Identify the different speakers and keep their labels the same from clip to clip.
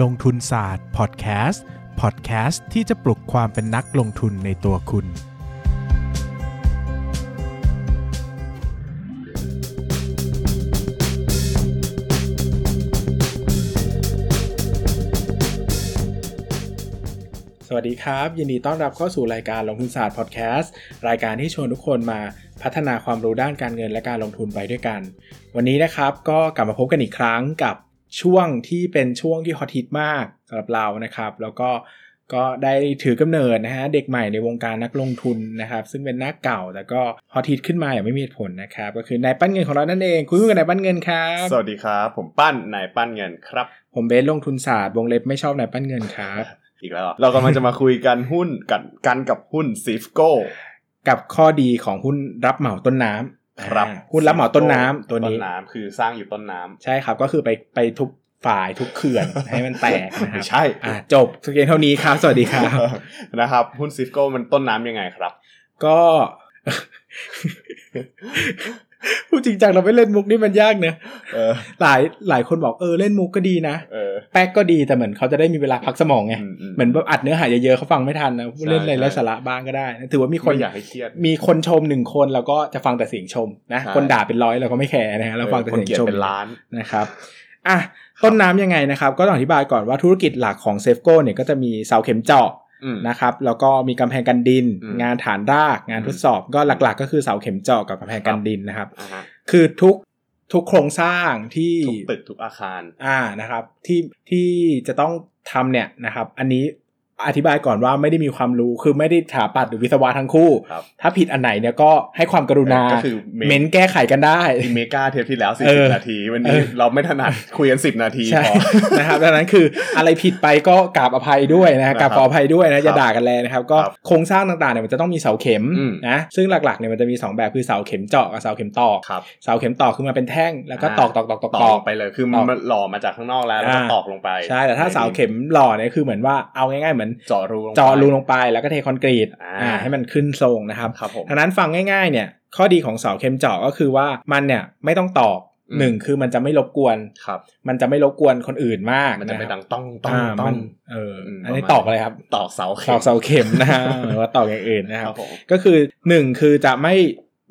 Speaker 1: ลงทุนศาสตร์พอดแคสต์พอดแคสต์ที่จะปลุกความเป็นนักลงทุนในตัวคุณ
Speaker 2: สวัสดีครับ ยินดีต้อนรับเข้าสู่รายการลงทุนศาสตร์พอดแคสต์รายการที่ชวนทุกคนมาพัฒนาความรู้ด้านการเงินและการลงทุนไปด้วยกัน วันนี้นะครับก็กลับมาพบกันอีกครั้งกับช่วงที่เป็นช่วงที่ฮอตฮิตมากสำหรับเรานะครับ แล้วก็ก็ได้ถือกำเนิดนะฮะเด็กใหม่ในวงการนักลงทุนนะครับ ซึ่งเป็นหน้าเก่าแต่ก็ฮอตฮิตขึ้นมาอย่างไม่มีเหตุผลนะครับ ก็คือนายปั้นเงินของเรานั่นเองคุณคุยกับนายปั้นเงินครับ
Speaker 3: สวัสดีครับ ผมปั้นนายปั้นเงินครับ
Speaker 2: ผมเบสลงทุนศาสตร์วงเล็บไม่ชอบนายปั้นเงินครับ
Speaker 3: อีกแล้วเหรอเรากำลังจะมาคุยกัน หุ้นกันกันกับหุ้นซีฟโก้
Speaker 2: กับข้อดีของหุ้นรับเหมาต้นน้ำ
Speaker 3: ครับ
Speaker 2: อ่าหุ้นรับเหมาต้นน้ำตัว
Speaker 3: ต้
Speaker 2: นี้
Speaker 3: นน้ำคือสร้างอยู่ต้นน้ำ
Speaker 2: ใช่ครับก็คือไปไปทุบฝ่ายทุบเขื่อน ให้มันแตกนะค
Speaker 3: ไม่
Speaker 2: รับ
Speaker 3: ใช่
Speaker 2: อ่าจบสเกลเท่านี้ครับ สวัสดีครับ
Speaker 3: นะครับ หุ้นซีฟโก้มันต้นน้ำยังไงครับ
Speaker 2: ก็ พูดจริงจังเราไม่เล่นมุกนี่มันยากเนอะ
Speaker 3: เออ
Speaker 2: หลายหลายคนบอกเออเล่นมุกก็ดีนะ
Speaker 3: เออ
Speaker 2: แป๊กก็ดีแต่เหมือนเขาจะได้มีเวลาพักสมองไง
Speaker 3: อือื
Speaker 2: เหมือนแบบอัดเนื้อหาเยอะๆเขาฟังไม่ทันนะพูดเล่นอะไร
Speaker 3: ใช่
Speaker 2: ไร้สาระบ้างก็ได้นะถือว่ามีคน
Speaker 3: ไม่อยากให้เครียด
Speaker 2: มีคนชมหนึ่งคนเราก็จะฟังแต่เสียงชมนะ
Speaker 3: ใช่
Speaker 2: คนด่าเป็นร้อยเราก็ไม่แคร์นะฮะเราฟังแต่
Speaker 3: คน
Speaker 2: เสียง
Speaker 3: เกลียด
Speaker 2: ชม
Speaker 3: เป็นล้าน
Speaker 2: นะครับอ่ะต้นน้ำยังไงนะครับ ก็ต้องอธิบายก่อนว่าธุรกิจหลักของเซฟโกเนี่ยก็จะมีเสาเข็มเจาะ
Speaker 3: อืม
Speaker 2: นะครับแล้วก็มีกำแพงกันดิน
Speaker 3: อืม
Speaker 2: งานฐานราก งาน
Speaker 3: อืม
Speaker 2: ทดสอบก็หลักๆ ก็คือเสาเข็มเจาะกับกำแพงกั
Speaker 3: คน รับ
Speaker 2: ดินนะครับ
Speaker 3: อ่าฮะ
Speaker 2: คือทุกทุกโครงสร้างที่
Speaker 3: ทุกตึกทุกอาคาร
Speaker 2: อ่านะครับที่ที่จะต้องทำเนี่ยนะครับอันนี้อธิบายก่อนว่าไม่ได้มีความรู้คือไม่ได้สถาปัตย์หรือวิศวะทั้งคู่
Speaker 3: ครับ
Speaker 2: ถ้าผิดอันไหนเนี่ยก็ให้ความกรุณา
Speaker 3: ก็คือเมน
Speaker 2: เม้นแก้ไขกันได้
Speaker 3: อีเมกาเทปที่แล้ว
Speaker 2: เออ
Speaker 3: 40นาที วัน
Speaker 2: เอ
Speaker 3: นี้
Speaker 2: อ
Speaker 3: เราไม่ถนัดคุยกัน10 นาที
Speaker 2: ใช่
Speaker 3: พอ
Speaker 2: นะครับดังนั้นคืออะไรผิดไปก็กราบอภัยด้วยนะฮะกราบขออภัยด้วยนะอย่าด่ากันแรงนะครับ ก็
Speaker 3: ครับ
Speaker 2: โครงสร้างต่างๆเนี่ยมันจะต้องมีเสาเข็ม
Speaker 3: อืม
Speaker 2: นะซึ่งหลักๆเนี่ยมันจะมีสองแบบคือเสาเข็มเจาะกับเสาเข็มตอก
Speaker 3: ครับ
Speaker 2: เสาเข็มตอกคือมาเป็นแท่งแล้วก็ตอกตอกตอกตอก
Speaker 3: ต
Speaker 2: ต
Speaker 3: อ
Speaker 2: อก ก
Speaker 3: ไปเลยคือ
Speaker 2: ตอก
Speaker 3: มันหล่อมาจากข้างนอกแล้วแล้วก็
Speaker 2: อ่า
Speaker 3: ตอกลงไป
Speaker 2: ใช่แต่ถ้าเสาเข็มหล่อเนี่ยคือเหมือนว่าเอาง่ายๆเหมือน
Speaker 3: เจาะรูลงไป
Speaker 2: เจาะรูลงไปแล้วก็เทคอนกรีต
Speaker 3: อ่า
Speaker 2: อ่าให้มันขึ้นทรงนะครับ
Speaker 3: ครับผม
Speaker 2: ดังนั้นฟังง่ายๆ เนี่ยข้อดีของเสาเข็มเจาะก็คือว่ามันเนี่ยไม่ต้องตอก
Speaker 3: อืม
Speaker 2: หนึ่งคือมันจะไม่รบกวน
Speaker 3: ครับ
Speaker 2: มันจะไม่รบกวนคนอื่นมาก
Speaker 3: มันจะไม่ดังต้องต้อง
Speaker 2: อ่า
Speaker 3: ต้อ
Speaker 2: มั
Speaker 3: ง
Speaker 2: นเอออ
Speaker 3: ม
Speaker 2: อันนี้
Speaker 3: ประมาณ
Speaker 2: ตอกอะไรครับ
Speaker 3: ตอกเสาเข็
Speaker 2: ต
Speaker 3: ม
Speaker 2: อกเสาเข็ม นะฮะ หรือว่าตอกอย่างอื่นนะค
Speaker 3: ค
Speaker 2: รั
Speaker 3: รับ บผม
Speaker 2: ก็คือหนึ่งคือจะไม่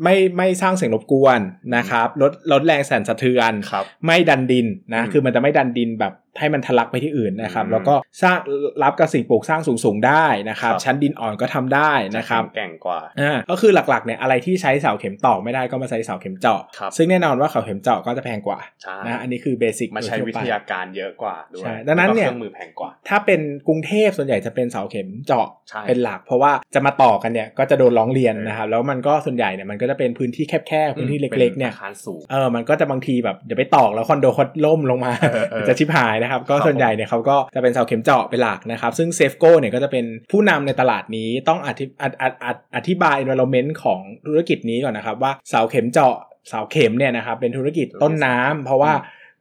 Speaker 2: ไม่ไม่สร้างเสียงรบกวนนะครับลดลดแรงสั่นสะเทือน
Speaker 3: ครับ
Speaker 2: ไม่ดันดินนะ
Speaker 3: อืม
Speaker 2: คือมันจะไม่ดันดินแบบให้มันทะลักไปที่อื่นนะครับ
Speaker 3: อืม
Speaker 2: แล้วก็สร้างรับกับสิ่งปลูกสร้างสูงๆได้นะครับ
Speaker 3: ครับ
Speaker 2: ชั้นดินอ่อนก็ทำได้นะครับ
Speaker 3: แข็งแกร่งกว่า
Speaker 2: อ่าก็คือหลักๆเนี่ยอะไรที่ใช้เสาเข็มตอกไม่ได้ก็มาใช้เสาเข็มเจาะ
Speaker 3: ครับ
Speaker 2: ซึ่งแน่นอนว่าเสาเข็มเจาะก็จะแพงกว่า
Speaker 3: ใช่
Speaker 2: นะอันนี้คือเบสิก
Speaker 3: มาใช้
Speaker 2: โด
Speaker 3: วิ
Speaker 2: ทั่
Speaker 3: ท
Speaker 2: ไป
Speaker 3: ยาการเยอะกว่าด้วย
Speaker 2: ใช่ดังนั้นเนี่ย
Speaker 3: แล้วก็เครื่องมือแพงกว่า
Speaker 2: ถ้าเป็นกรุงเทพส่วนใหญ่จะเป็นเสาเข็มเจาะ
Speaker 3: ใช่
Speaker 2: เป็นหลัก เพราะว่าจะมาต่อกันเนี่ยก็จะโดนร้องเรียน
Speaker 3: เออ
Speaker 2: นะครับแล้วมันก็ส่วนใหญ่เนี่ยมันก็จะเป็นพื้นที่แคบๆพื้นที่เล็กๆเนี่ย
Speaker 3: ป็อาคารสูง
Speaker 2: เออมันก็จะบางทีแบบเดี๋ยวไปตอกแล้วคอนโดคดล่มลง มา
Speaker 3: เออเออ
Speaker 2: จะชิบหายนะครับก็
Speaker 3: ครับ
Speaker 2: ส่วนใหญ่เนี่ยเขาก็จะเป็นเสาเข็มเจาะเป็นหลักนะครับซึ่งเซฟโก้เนี่ยก็จะเป็นผู้นำในตลาดนี้ต้องอธิอธิอธิอธิบาย environment ของธุรกิจนี้ก่อนนะครับว่าเสาเข็มเจาะเสาเข็มเนี่ยนะครับเป็นธุรกิจต้นน้ำเพราะว่า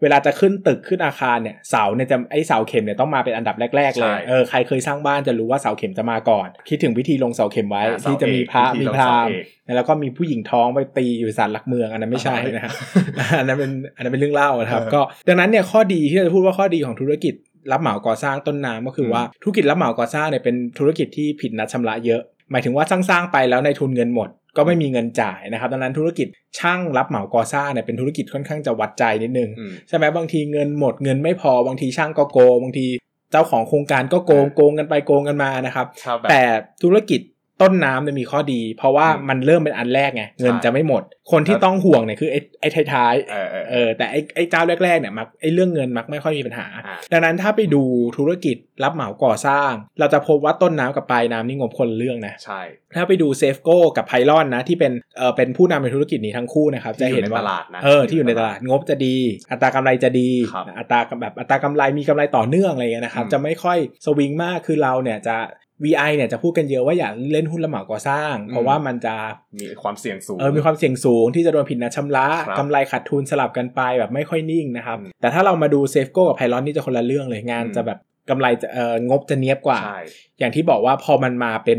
Speaker 2: เวลาจะขึ้นตึกขึ้นอาคารเนี่ยเสาเนี่ยจะไอเสาเข็มเนี่ยต้องมาเป็นอันดับแรก ๆ เลย
Speaker 3: ใช่
Speaker 2: เออใครเคยสร้างบ้านจะรู้ว่าเสาเข็มจะมาก่อน คิดถึงวิธีลงเสาเข็มไว้
Speaker 3: อ่าเสา
Speaker 2: ที่จะมีพระ
Speaker 3: เอก
Speaker 2: มีพราหมณ์
Speaker 3: วิธีลงเสาเอก
Speaker 2: แล้วก็มีผู้หญิงท้องไปตีอยู่ศาลหลักเมืองอันนั้นไม่ใช่นะฮะ อันนั้นเป็นอันนั้นเป็นเรื่องเล่านะครับ
Speaker 3: เออ
Speaker 2: ก็ดังนั้นเนี่ยข้อดีที่เราจะพูดว่าข้อดีของธุรกิจรับเหมาก่อสร้างต้นน้ำก็คือว่าธุรกิจรับเหมาก่อสร้างเนี่ยเป็นธุรกิจที่ผิดนัดชำระเยอะ หมายถึงว่าสร้างๆไปแล้วในทุนเงินหมด ก็ไม่มีเงินจ่ายนะครับดังนั้นธุรกิจช่างรับเหมาก่อสร้างเนี่ยเป็นธุรกิจค่อนข้างจะวัดใจนิดนึง ใช่ไหมบางทีเงินหมดเงินไม่พอบางทีช่างก็โกงบางทีเจ้าของโครงการก็โกง
Speaker 3: อ่า
Speaker 2: โกงกันไปโกงกันมานะครับ
Speaker 3: ชอบแบบ
Speaker 2: แต่ธุรกิจต้นน้ำเนี่ยมีข้อดี เพราะว่า
Speaker 3: อืม
Speaker 2: มันเริ่มเป็นอันแรกไงเงิน
Speaker 3: ใช่
Speaker 2: จะไม่หมด คนที่ต้องห่วงเนี่ยคือไอ้ไอ้ท้ายๆ
Speaker 3: เออเออ
Speaker 2: เออแต่ไอ้ไอ้เจ้าแรกๆเนี่ยมักไอ้เรื่องเงินมักไม่ค่อยมีปัญหา
Speaker 3: อ่า
Speaker 2: ดังนั้นถ้าไปดูธุรกิจรับเหมาก่อสร้าง เราจะพบว่าต้นน้ำกับปลายน้ำนี่งบคนละเรื่องนะ
Speaker 3: ใช่
Speaker 2: ถ้าไปดูเซฟโก้กับไพลอนนะที่เป็นเออเป็นผู้นำในธุรกิจนี้ทั้งคู่นะครับจะ
Speaker 3: ที่อยู่
Speaker 2: เห็น
Speaker 3: ใน
Speaker 2: ว่า
Speaker 3: ตลาดนะ
Speaker 2: เออที่อยู่ในตลาดงบจะดี อัตรากำไรจะดี
Speaker 3: ครับ
Speaker 2: อัตรากำแบบอัตรากำไรมีกำไรต่อเนื่องอะไรเงี้ยนะครับ
Speaker 3: อืม
Speaker 2: จะไม่ค่อยสวิงมากคือเราเนี่ยจะ VI เนี่ยจะพูดกันเยอะว่าอย่าเล่นหุ้นละเหมาก่อสร้าง
Speaker 3: อืม
Speaker 2: เพราะว่ามันจะ
Speaker 3: มีความเสี่ยงสูง
Speaker 2: เออมีความเสี่ยงสูงที่จะโดนผิดนัดชำระ
Speaker 3: ครับ
Speaker 2: กำไรขาดทุนสลับกันไปแบบไม่ค่อยนิ่งนะครับ
Speaker 3: อืม
Speaker 2: แต่ถ้าเรามาดูเซฟโก้กับไพลอนนี่จะคนละเรื่องเลยงาน
Speaker 3: อืม
Speaker 2: จะแบบกำไรจะเอองบจะเนี้ยบกว่า
Speaker 3: ใช่
Speaker 2: อย่างที่บอกว่าพอมันมาเป็น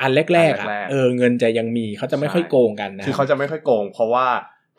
Speaker 2: อันแรกๆ
Speaker 3: อั
Speaker 2: อะ
Speaker 3: นแรกๆ
Speaker 2: เออเงินจะยังมีเขาจะไม่ค่อยโกงกันนะ
Speaker 3: คือเขาจะไม่ค่อยโกง เพราะว่า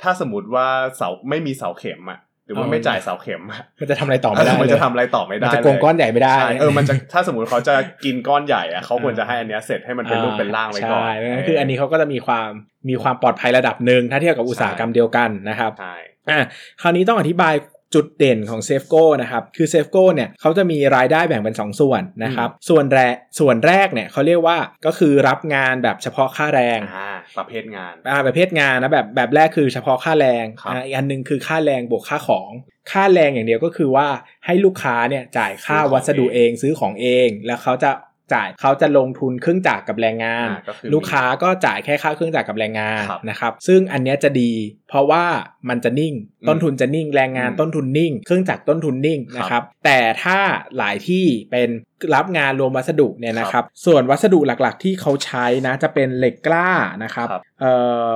Speaker 3: ถ้าสมมติว่าเสาไม่มีเสาเข็มอะ รือว่าไม่จ่ายเสาเข็มอะ
Speaker 2: มันจะทำอะไรต่อไม่ได้
Speaker 3: เอ อมัน
Speaker 2: เลย
Speaker 3: จะทำอะไรต่อไม่
Speaker 2: มั
Speaker 3: ได้
Speaker 2: นจะโกงก้อนใหญ่ไม่ได้
Speaker 3: ใช่เออมันจะถ้าสมมติเขาจะกินก้อนใหญ่อะเขาควรจะให้อันเนี้ยเสร็จให้มันเป็นรูปเป็นร่างไว้ก่อน
Speaker 2: ใช่เพราะฉะนั้นคืออันนี้เขาก็จะมีความมีความปลอดภัยระดับหนึ่งถ้าเทียบกับอุตสาหกรรมเดียวกันนะครับ
Speaker 3: ใช่
Speaker 2: อ่ะคราวนี้ต้องอธิบายจุดเด่นของเซฟโก้นะครับคือเซฟโก้เนี่ยเขาจะมีรายได้แบ่งเป็น 2 ส่วนนะครับส่วนแรกส่วนแรกเนี่ยเขาเรียกว่าก็คือรับงานแบบเฉพาะค่าแรง
Speaker 3: อ่าประเภทงาน
Speaker 2: อ่าประเภทงานนะแบบแบบแรกคือเฉพาะค่าแรง
Speaker 3: ครับ
Speaker 2: อ่ะอีกอันหนึงคือค่าแรงบวกค่าของ ค่าแรงอย่างเดียวก็คือว่าให้ลูกค้าเนี่ยจ่ายค่าวัสดุเองซื้อของเอง แล้วเขาจะจ่ายเขาจะลงทุนเครื่องจักรกับแรงงาน
Speaker 3: อ่าก็คือ
Speaker 2: ลูกค้าก็จ่ายแค่ค่าเครื่องจักรกับแรงงาน
Speaker 3: ครับ
Speaker 2: นะครับ ซึ่งอันเนี้ยจะดี เพราะว่ามันจะนิ่ง
Speaker 3: อืม
Speaker 2: ต้นทุนจะนิ่ง แรงงาน
Speaker 3: อืม
Speaker 2: ต้นทุนนิ่ง เครื่องจักรต้นทุนนิ่ง
Speaker 3: ครับ
Speaker 2: นะครับ แต่ถ้าหลายที่เป็นรับงานรวมวัสดุเนี่ยนะค
Speaker 3: ครั
Speaker 2: รับ
Speaker 3: บ
Speaker 2: ส่วนวัสดุหลักๆ ที่เขาใช้นะจะเป็นเหล็กกล้านะครับ
Speaker 3: ครับ
Speaker 2: เอ่อ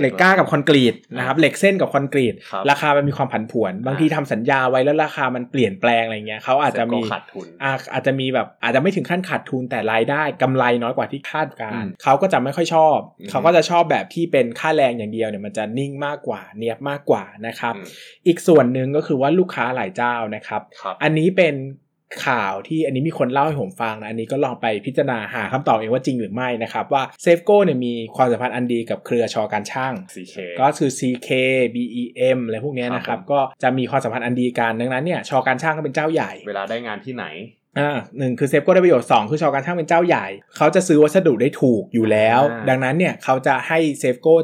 Speaker 2: เหล็กกล้ากับคอนกรีตนะครับเหล็กเส้นกับคอนกรีต
Speaker 3: ครับ
Speaker 2: ราคามันมีความผันผวน บางทีทำสัญญาไว้แล้วราคามันเปลี่ยนแปลงอะไรเงี้ยเขาอาจจะมี
Speaker 3: เสร็จก็ขาดทุน
Speaker 2: อาอาจจะมีแบบอาจจะไม่ถึงขั้นขาดทุนแต่รายได้กำไรน้อยกว่าที่คาดการ
Speaker 3: อืม
Speaker 2: เขาก็จะไม่ค่อยชอบ
Speaker 3: อืม
Speaker 2: เขาก็จะชอบแบบที่เป็นค่าแรงอย่างเดียวเนี่ยมันจะนิ่งมากกว่าเนียบมากกว่านะครับ
Speaker 3: อืม
Speaker 2: อีกส่วนหนึ่งก็คือว่าลูกค้าหลายเจ้านะครับ
Speaker 3: ครับ
Speaker 2: อันนี้เป็นข่าวที่อันนี้มีคนเล่าให้ผมฟังนะอันนี้ก็ลองไปพิจารณาหาคำตอบเองว่าจริงหรือไม่นะครับว่าเซฟโก้เนี่ยมีความสัมพันธ์อันดีกับเครือชอการช่าง
Speaker 3: CK
Speaker 2: ก็คือ CK BEM อะไรพวกเนี้ยนะครับก็จะมีความสัมพันธ์อันดีกันดังนั้นเนี่ยชอการช่างก็เป็นเจ้าใหญ่
Speaker 3: เวลาได้งานที่ไหน
Speaker 2: อ่าหนึ่งคือเซฟโก้ได้ประโยชน์ 2 คือชอการช่างเป็นเจ้าใหญ่ เขาจะซื้อวัสดุได้ถูกอยู่แล้ว
Speaker 3: อ่า
Speaker 2: ดังนั้นเนี่ยเขาจะให้เซฟโก้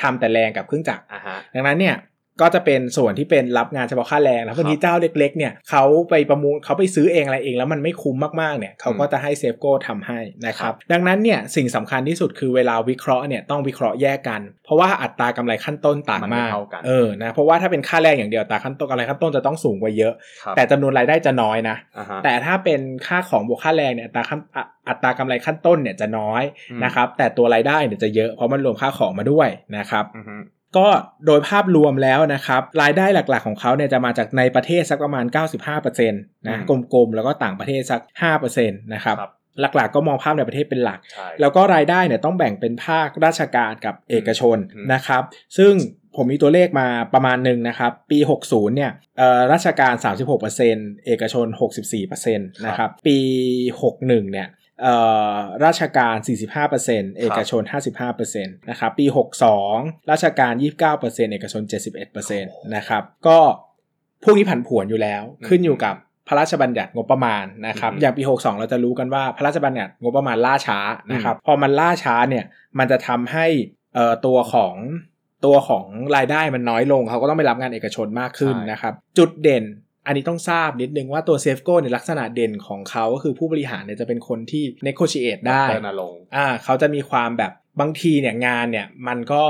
Speaker 2: ทำแต่แรงกับเครื่องจักร
Speaker 3: อ่ะฮะ
Speaker 2: ดังนั้นเนี่ยก็จะเป็นส่วนที่เป็นรับงานเฉพาะค่าแรงแล้ว
Speaker 3: ครับ
Speaker 2: บางทีเจ้าเล็กๆเนี่ยเขาไปประมูลเขาไปซื้อเองอะไรเองแล้วมันไม่คุ้มมากๆเนี่ยเขาก็จะให้เซฟโก้ทำให้นะค
Speaker 3: ครั
Speaker 2: รับบ ดังนั้นเนี่ยสิ่งสำคัญที่สุดคือเวลาวิเคราะห์เนี่ยต้องวิเคราะห์แยกกัน เพราะว่าอัตรากำไรขั้นต้นต่าง
Speaker 3: มัน
Speaker 2: มา
Speaker 3: ไม่
Speaker 2: ก
Speaker 3: เท่ากัน
Speaker 2: เออนะเพราะว่าถ้าเป็นค่าแรงอย่างเดียวอัตราขั้นต้นกำไรขั้นต้นจะต้องสูงกว่าเยอะ
Speaker 3: ครับ
Speaker 2: แต่จำนวนรายได้จะน้อยนะ
Speaker 3: อ่าฮะ
Speaker 2: แต่ถ้าเป็นค่าของบวกค่าแรงเนี่ยอัตราขั้นอ่ะอัตรากำไรขั้นต้นเนี่ยจะน้อย
Speaker 3: อืม
Speaker 2: นะครับ แต่ตัวรายได้เนี่ยจะเยอะเพราะมันรวมค่าของมาด้วยนะครับ
Speaker 3: อือฮึ
Speaker 2: ก็โดยภาพรวมแล้วนะครับ รายได้หลักๆของเขาเนี่ยจะมาจากในประเทศสักประมาณ 95%นะก
Speaker 3: อืม
Speaker 2: ลมๆ แล้วก็ต่างประเทศสัก 5%นะครับ
Speaker 3: ครับ
Speaker 2: หลักๆก็มองภาพในประเทศเป็นหลัก
Speaker 3: ใช่
Speaker 2: แล้วก็รายได้เนี่ยต้องแบ่งเป็นภาคราชการกับเอกชน
Speaker 3: อืม
Speaker 2: นะครับ ซึ่งผมมีตัวเลขมาประมาณหนึ่งนะครับ ปี 60 เนี่ยเอ่อราชการ 36%เอกชน 64%นะครับ ปี 61 เนี่ยเอ่อราชการ 45%เอกชน 55%นะครับ ปี 62 ราชการ 29%เอกชน 71%นะครับ ก็พวกนี้ผันผวนอยู่แล้ว ขึ้นอยู่กับพระราชบัญญัติงบประมาณนะครับ
Speaker 3: อืม
Speaker 2: อย่างปี 62 เราจะรู้กันว่าพระราชบัญญัติงบประมาณล่าช้านะครับ พอมันล่าช้าเนี่ยมันจะทำให้เอ่อตัวของตัวของรายได้มันน้อยลง เขาก็ต้องไปรับงานเอกชนมากขึ้น
Speaker 3: ใช่
Speaker 2: นะครับ จุดเด่นอันนี้ต้องทราบนิดนึงว่าตัวเซฟโก้เนี่ยลักษณะเด่นของเขาก็คือผู้บริหารเนี่ยจะเป็นคนที่ negotiate ได้
Speaker 3: เตอร์นาลงค์
Speaker 2: อ่าเขาจะมีความแบบบางทีเนี่ยงานเนี่ยมันก็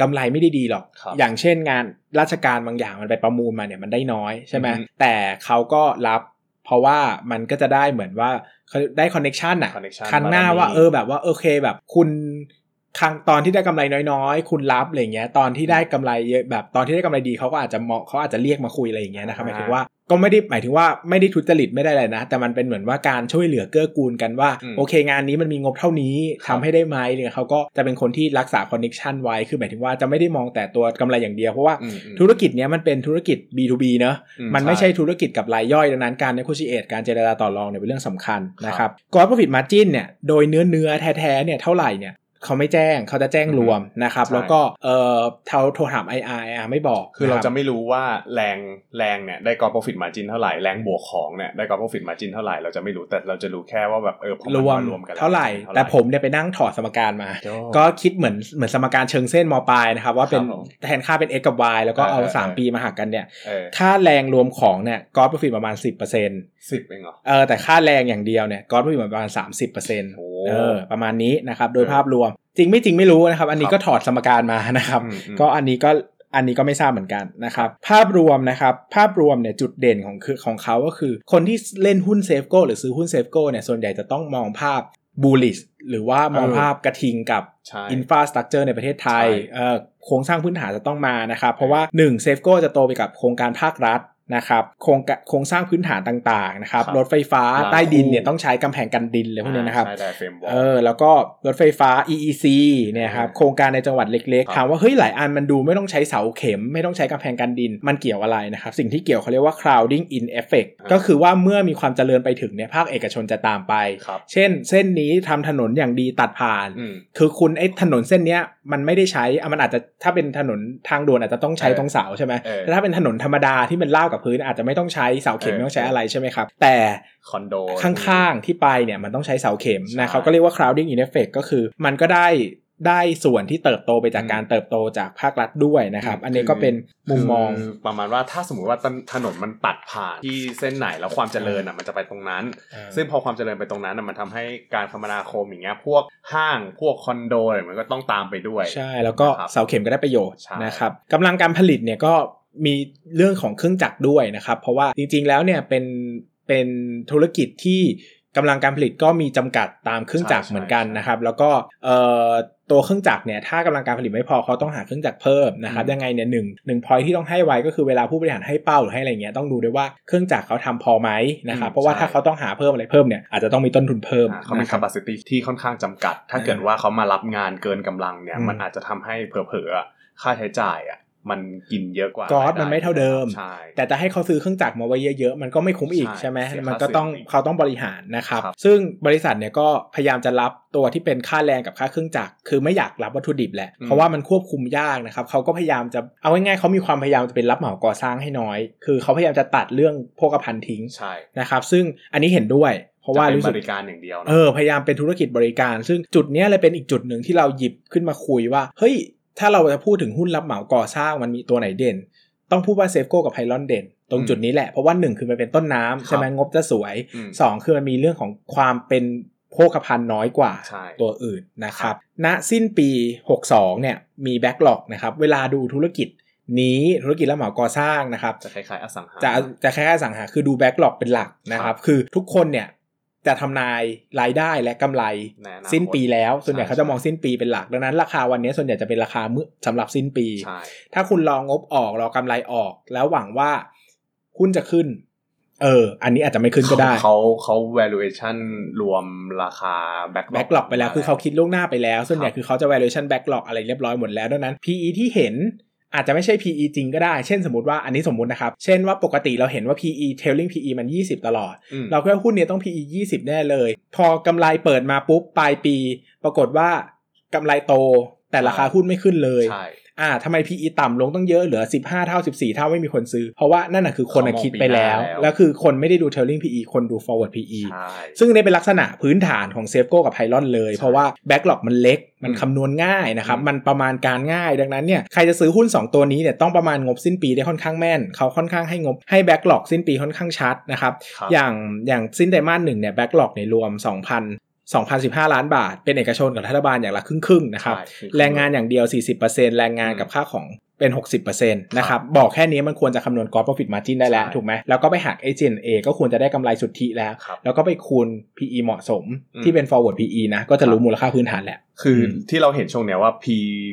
Speaker 2: กำไรไม่ได้ดีหรอก
Speaker 3: ครับ
Speaker 2: อย่างเช่นงานราชการบางอย่างมันไปประมูลมาเนี่ยมันได้น้อยใช่ไหม
Speaker 3: อือฮึ
Speaker 2: แต่เขาก็รับเพราะว่ามันก็จะได้เหมือนว่าเขาได้คอนเน็ชันอะ
Speaker 3: connection
Speaker 2: ครั้งหน้าว่า
Speaker 3: บารมี
Speaker 2: เออแบบว่าโอเคแบบคุณครั้งตอนที่ได้กำไรน้อยๆ คุณรับอะไรเงี้ยตอนที่ได้กำไรเยอะแบบตอนที่ได้กำไรดีเขาก็อาจจะเหมาะเขาอาจจะเรียกมาคุยอะไรอย่างเงี้ยนะครับหมายถึงว่าก็ไม่ได้หมายถึงว่าไม่ได้ทุจริตไม่ได้อะไรนะ แต่มันเป็นเหมือนว่าการช่วยเหลือเกื้อกูลกันว่า
Speaker 3: อืม
Speaker 2: โอเค งานนี้มันมีงบเท่านี้
Speaker 3: ค
Speaker 2: ทำ
Speaker 3: รับ
Speaker 2: ให้ได้ไหมเนี่ยเขาก็จะเป็นคนที่รักษาคอนเน็ชันไว้คือหมายถึงว่าจะไม่ได้มองแต่ตัวกำไรอย่างเดียวเพราะว่า
Speaker 3: อืมอืม
Speaker 2: ธุรกิจเนี้ยมันเป็นธุรกิจ B2B เนอะ
Speaker 3: อืม
Speaker 2: มันไม่ใช่
Speaker 3: ใช่
Speaker 2: ธุรกิจกับรายย่อยดังนั้นการในคุชิเอตการเจรจาต่อรองเนี่ยเป็นเรื่องสำคัญนะค
Speaker 3: ครั
Speaker 2: รั
Speaker 3: บบ
Speaker 2: ก่อน profit margin เนี่ยโดยเนื้อเนื้อๆแท้ๆเนี่ยเท่าไหร่เนี่ยเขาไม่แจ้งเขาจะแจ้ง
Speaker 3: อือฮึ
Speaker 2: รวมนะครับ
Speaker 3: ใช่
Speaker 2: แล้วก็เอ่อเท่าโทรถาม IR IR ไม่บอก
Speaker 3: คือเรา
Speaker 2: นบ
Speaker 3: จะไม่รู้ว่าแรงแรงเนี่ยได้กอร์ profit margin เท่าไหร่แรงบวกของเนี่ยได้กอร์ profit margin เท่าไหร่เราจะไม่รู้แต่เราจะรู้แค่ว่าแบบเออพอ
Speaker 2: ร
Speaker 3: น
Speaker 2: วม
Speaker 3: รวมกันแล้
Speaker 2: เท่าไหร่
Speaker 3: ท่
Speaker 2: แต่ผมเนี่ยไปนั่งถอดสมการมา
Speaker 3: โจ้
Speaker 2: ก็คิดเหมือนเหมือนสมการเชิงเส้นมปลายนะครับ ว่าเป็น
Speaker 3: ครับผม
Speaker 2: แทนค่าเป็น x กับ y แล้วก็เอา
Speaker 3: เออเออ
Speaker 2: 3 ปีมาหักกันเนี่ย
Speaker 3: เออ
Speaker 2: ค่าแรงรวมของเนี่ยกอ p ป o f ฟิ t ประมาณ 10%เ
Speaker 3: สิบเองเหรอ
Speaker 2: ออแต่ค่าแรงอย่างเดียวเนี่ยกอ p ป o f ฟิ t ประมาณ 30%
Speaker 3: โอ้
Speaker 2: เออประมาณนี้นะครับ โดย
Speaker 3: เออ
Speaker 2: ภาพรวม จริงไม่จริงไม่รู้นะครับ อันนี้
Speaker 3: ครับ
Speaker 2: ก็ถอดสมการมานะครับ
Speaker 3: อืมอืม
Speaker 2: ก็อันนี้ก็อันนี้ก็ไม่ทราบเหมือนกันนะครับ ภาพรวมนะครับ ภาพรวมเนี่ยจุดเด่นของคือของเขาก็คือ คนที่เล่นหุ้นเซฟโก้หรือซื้อหุ้นเซฟโก้เนี่ยส่วนใหญ่จะต้องมองภาพบูลลิชหรือว่ามอง
Speaker 3: เออ
Speaker 2: ภาพกระทิงกับ
Speaker 3: ใช่
Speaker 2: อินฟราสตรักเจอร์ในประเทศไทย
Speaker 3: ใช่
Speaker 2: เอ่อโครงสร้างพื้นฐานจะต้องมานะครับ เพราะว่า1เซฟโก้จะโตไปกับโครงการภาครัฐ นะครับโครงกะโครงสร้างพื้นฐานต่างๆนะครับ
Speaker 3: ครับ
Speaker 2: รถไฟฟ้า
Speaker 3: หลาย
Speaker 2: ใต้ดิน
Speaker 3: คู่
Speaker 2: เนี่ยต้องใช้กำแพงกันดินเลยพวกเนี้ยนะครับ
Speaker 3: ใช่ได้เฟรมวอล
Speaker 2: เออแล้วก็รถไฟฟ้า EEC เนี่ยครับ
Speaker 3: อืม
Speaker 2: โครงการในจังหวัดเล็ก
Speaker 3: ครับ
Speaker 2: ๆถามว่าเฮ้ยหลายอันมันดูไม่ต้องใช้เสาเข็ม ไม่ต้องใช้กำแพงกันดิน มันเกี่ยวอะไรนะครับ สิ่งที่เกี่ยวเขาเรียกว่า crowding in effect ก็คือว่าเมื่อมีความเจริญไปถึงเนี่ยภาคเอกชนจะตามไป
Speaker 3: ครับ
Speaker 2: เช่น เส้นนี้ทำถนนอย่างดีตัดผ่าน
Speaker 3: อืม
Speaker 2: คือคุณไอ้ถนนเส้นเนี้ยมันไม่ได้ใช้อ่ะมันอาจจะถ้าเป็นถนนทางด่วนอาจจะต้องใช้
Speaker 3: เออ
Speaker 2: ตรงเสาใช่ไหม
Speaker 3: เออ
Speaker 2: แต่ถ้าเป็นถนนธรรมดาที่มันลาบกับพื้นอาจจะไม่ต้องใช้เสาเข็ม
Speaker 3: เออ
Speaker 2: ไม่ต้องใช้อะไรใช่ไหมครับแต่
Speaker 3: คอนโด
Speaker 2: ข้างๆ ที่ไปเนี่ยมันต้องใช้เสาเข็ม
Speaker 3: ใช่
Speaker 2: นะเขาก็เรียกว่า crowding in effect ก็คือมันก็ได้ได้ส่วนที่เติบโตไปจาก
Speaker 3: อืม
Speaker 2: การเติบโตจากภาครัฐด้วยนะครับ อันนี้ก็เป็นมุมมอง
Speaker 3: คือประมาณว่าถ้าสมมุติว่าถนนมันตัดผ่านที่เส้นไหนแล้วความเจริญอ่ะมันจะไปตรงนั้น ซึ่งพอความเจริญไปตรงนั้นน่ะมันทำให้การคมนาคมอย่างเงี้ยพวกห้างพวกคอนโดอะไรมันก็ต้องตามไปด้วย
Speaker 2: ใช่ แล้วก็
Speaker 3: นะครับ
Speaker 2: เสาเข็มก็ได้ประโยชน์
Speaker 3: ใช่
Speaker 2: นะครับกำลังการผลิตเนี่ยก็มีเรื่องของเครื่องจักรด้วยนะครับ เพราะว่าจริงๆแล้วเนี่ยเป็นเป็นธุรกิจที่กำลังการผลิตก็มีจำกัดตามเครื่องจักร
Speaker 3: ใช่
Speaker 2: เหมือนกัน
Speaker 3: ใช่
Speaker 2: นะครับ แล้วก็เอ่อตัวเครื่องจักรเนี่ยถ้ากำลังการผลิตไม่พอเขาต้องหาเครื่องจักรเพิ่มนะครับ
Speaker 3: อืม
Speaker 2: ยังไงเนี่ยหนึ่งหนึ่งพอยที่ต้องให้ไว้ก็คือเวลาผู้บริหารให้เป้าหรือให้อะไรเงี้ยต้องดูด้วยว่าเครื่องจักรเขาทำพอไหมนะครับเพราะว่าถ้าเขาต้องหาเพิ่มอะไรเพิ่มเนี่ยอาจจะต้องมีต้นทุนเพิ่ม
Speaker 3: อ่าเขามี
Speaker 2: นะครับ
Speaker 3: capacity ที่ค่อนข้างจำกัด ถ้าเกิดว่าเขามารับงานเกินกำลังเนี่ย
Speaker 2: อืม
Speaker 3: มันอาจจะทำให้เผลอๆอ่ะค่าใช้จ่ายอ่ะมันกินเยอะกว่า
Speaker 2: ก็อต
Speaker 3: รายด้
Speaker 2: มันไม่เท่าเดิม
Speaker 3: ใช่
Speaker 2: แต่จะให้เขาซื้อเครื่องจักรมาไว้เยอะๆ มันก็ไม่คุ้มอีก
Speaker 3: ใช่
Speaker 2: ใช่ไหม
Speaker 3: เสียค่า
Speaker 2: มันก็ต้อง
Speaker 3: เสื่อมอีก
Speaker 2: เขาต้องบริหารนะครับ
Speaker 3: ครับ
Speaker 2: ซึ่งบริษัทเนี่ยก็พยายามจะรับตัวที่เป็นค่าแรงกับค่าเครื่องจักร คือไม่อยากรับวัตถุดิบแหละ
Speaker 3: อืม
Speaker 2: เพราะว่ามันควบคุมยากนะครับ เขาก็พยายามจะ เอาง่ายๆเขามีความพยายามจะเป็นรับเหมาก่อสร้างให้น้อย คือเขาพยายามจะตัดเรื่องโภคภัณฑ์ทิ้ง
Speaker 3: ใช่
Speaker 2: นะครับ ซึ่งอันนี้เห็นด้วย เพราะว่า
Speaker 3: จเป็น
Speaker 2: รู้สึก
Speaker 3: บริการอย่างเดียวนะ
Speaker 2: เออพยายามเป็นธุรกิจบริการ ซึ่งจุดเนี้ยเลยเป็นอีกจุดหนึ่งที่เราหยิบขึ้นมาคุยว่า เฮ้ย ถ้าเราจะพูดถึงหุ้นรับเหมาก่อสร้างมันมีตัวไหนเด่น ต้องพูดว่าเซฟโก้กับไพลอนเด่น ตรงจุดนี้แหละ เพราะว่าหนึ่งคือมันเป็นต้นน้ำใช่ไหมงบจะสวย
Speaker 3: อืม
Speaker 2: สองคือมันมีเรื่องของความเป็นโภคภัณฑ์น้อยกว่า
Speaker 3: ใช่
Speaker 2: ตัวอื่นนะครับ ณสิ้นปี 62เนี่ยมีแบ็กหลอกนะครับเวลาดูธุรกิจนี้ธุรกิจรับเหมาก่อสร้างนะครับ
Speaker 3: จะคล้ายๆอสังหา
Speaker 2: จะจะคล้ายๆอสังหาคือดูแบ็กหลอกเป็นหลักนะค
Speaker 3: ครั
Speaker 2: รับ
Speaker 3: บ
Speaker 2: คือทุกคนเนี่ยจะทำนายรายได้และกำไร
Speaker 3: ใอนาคต
Speaker 2: สิ้นปีแล้วส่วนใหญ่
Speaker 3: ใช่
Speaker 2: เขาจะมองสิ้นปีเป็นหลัก ดังนั้นราคาวันนี้ส่วนใหญ่จะเป็นราคามื้อสำหรับสิ้นปี
Speaker 3: ใช่
Speaker 2: ถ้าคุณรองงบออกรอกำไรออก แล้วหวังว่าหุ้นจะขึ้น เออ อันนี้อาจจะไม่ขึ้นก็ได้
Speaker 3: เขาเขา valuation รวมราคา back
Speaker 2: แบ็กหลอกไปแล้วคือเขาคิดล่วงหน้าไปแล้ว ส่วนใหญ่
Speaker 3: ครับ
Speaker 2: คือเขาจะ valuation backlog อะไรเรียบร้อยหมดแล้วดังนั้น PE ที่เห็นอาจจะไม่ใช่ PE จริงก็ได้ เช่นสมมติว่าอันนี้สมมตินะครับ เช่นว่าปกติเราเห็นว่า PE trailing PE มัน 20 ตลอด เราคิดว่าหุ้นเนี่ยต้อง PE 20 แน่เลย พอกำไรเปิดมาปุ๊บปลายปี ปรากฏว่ากำไรโต แต่ราคา
Speaker 3: ใช่
Speaker 2: หุ้นไม่ขึ้นเลย
Speaker 3: ใช่
Speaker 2: อ่าทำไม PE ต่ำลงต้องเยอะเหลือ 15 เท่า 14 เท่าไม่มีคนซื้อ เพราะว่านั่นน่ะคือคนน่ะคิดไปแล้วแล้วคือคนไม่ได้ดู trailing PE คนดู forward PE
Speaker 3: ใช่
Speaker 2: ซึ่งอันนี้เป็นลักษณะพื้นฐานของเซฟโก้กับไพลอนเลย
Speaker 3: ใช่
Speaker 2: เพราะว่าแบ็กหลอกมันเล็ก มัน
Speaker 3: อืม
Speaker 2: คำนวณง่ายนะครับ
Speaker 3: อืม
Speaker 2: มันประมาณการง่ายดังนั้นเนี่ยใครจะซื้อหุ้น 2 ตัวนี้เนี่ยต้องประมาณงบสิ้นปีได้ค่อนข้างแม่น เขาค่อนข้างให้งบให้แบ็กหลอกสิ้นปีค่อนข้างชัดนะครับ
Speaker 3: ครับ
Speaker 2: อย่างอย่างสิ้นไตรมาสหนึ่งเนี่ยแบ็กหลอกในยรวม 2,000 2,015 ล้านบาท เป็นเอกชนกับรัฐบาลอย่างละครึ่งๆนะครับ
Speaker 3: ใช่
Speaker 2: แรงงานอย่างเดียว 40%แรงงาน
Speaker 3: อืม
Speaker 2: กับค่าของเป็น 60%นะครับ บอกแค่นี้มันควรจะคำนวณ gross profit margin ได้แล้ว
Speaker 3: ใช่
Speaker 2: ถูกไหม แล้วก็ไปหัก G&A ก็ควรจะได้กำไรสุทธิแล้ว
Speaker 3: ครับ
Speaker 2: แล้วก็ไปคูณ PE เหมาะสม
Speaker 3: อืม
Speaker 2: ที่เป็น forward PE นะ ก็จะรู้
Speaker 3: ครับ
Speaker 2: มูลค่าพื้นฐานแหละ
Speaker 3: คืออ
Speaker 2: ม
Speaker 3: ที่เราเห็นช่วงเนี้ยว่า P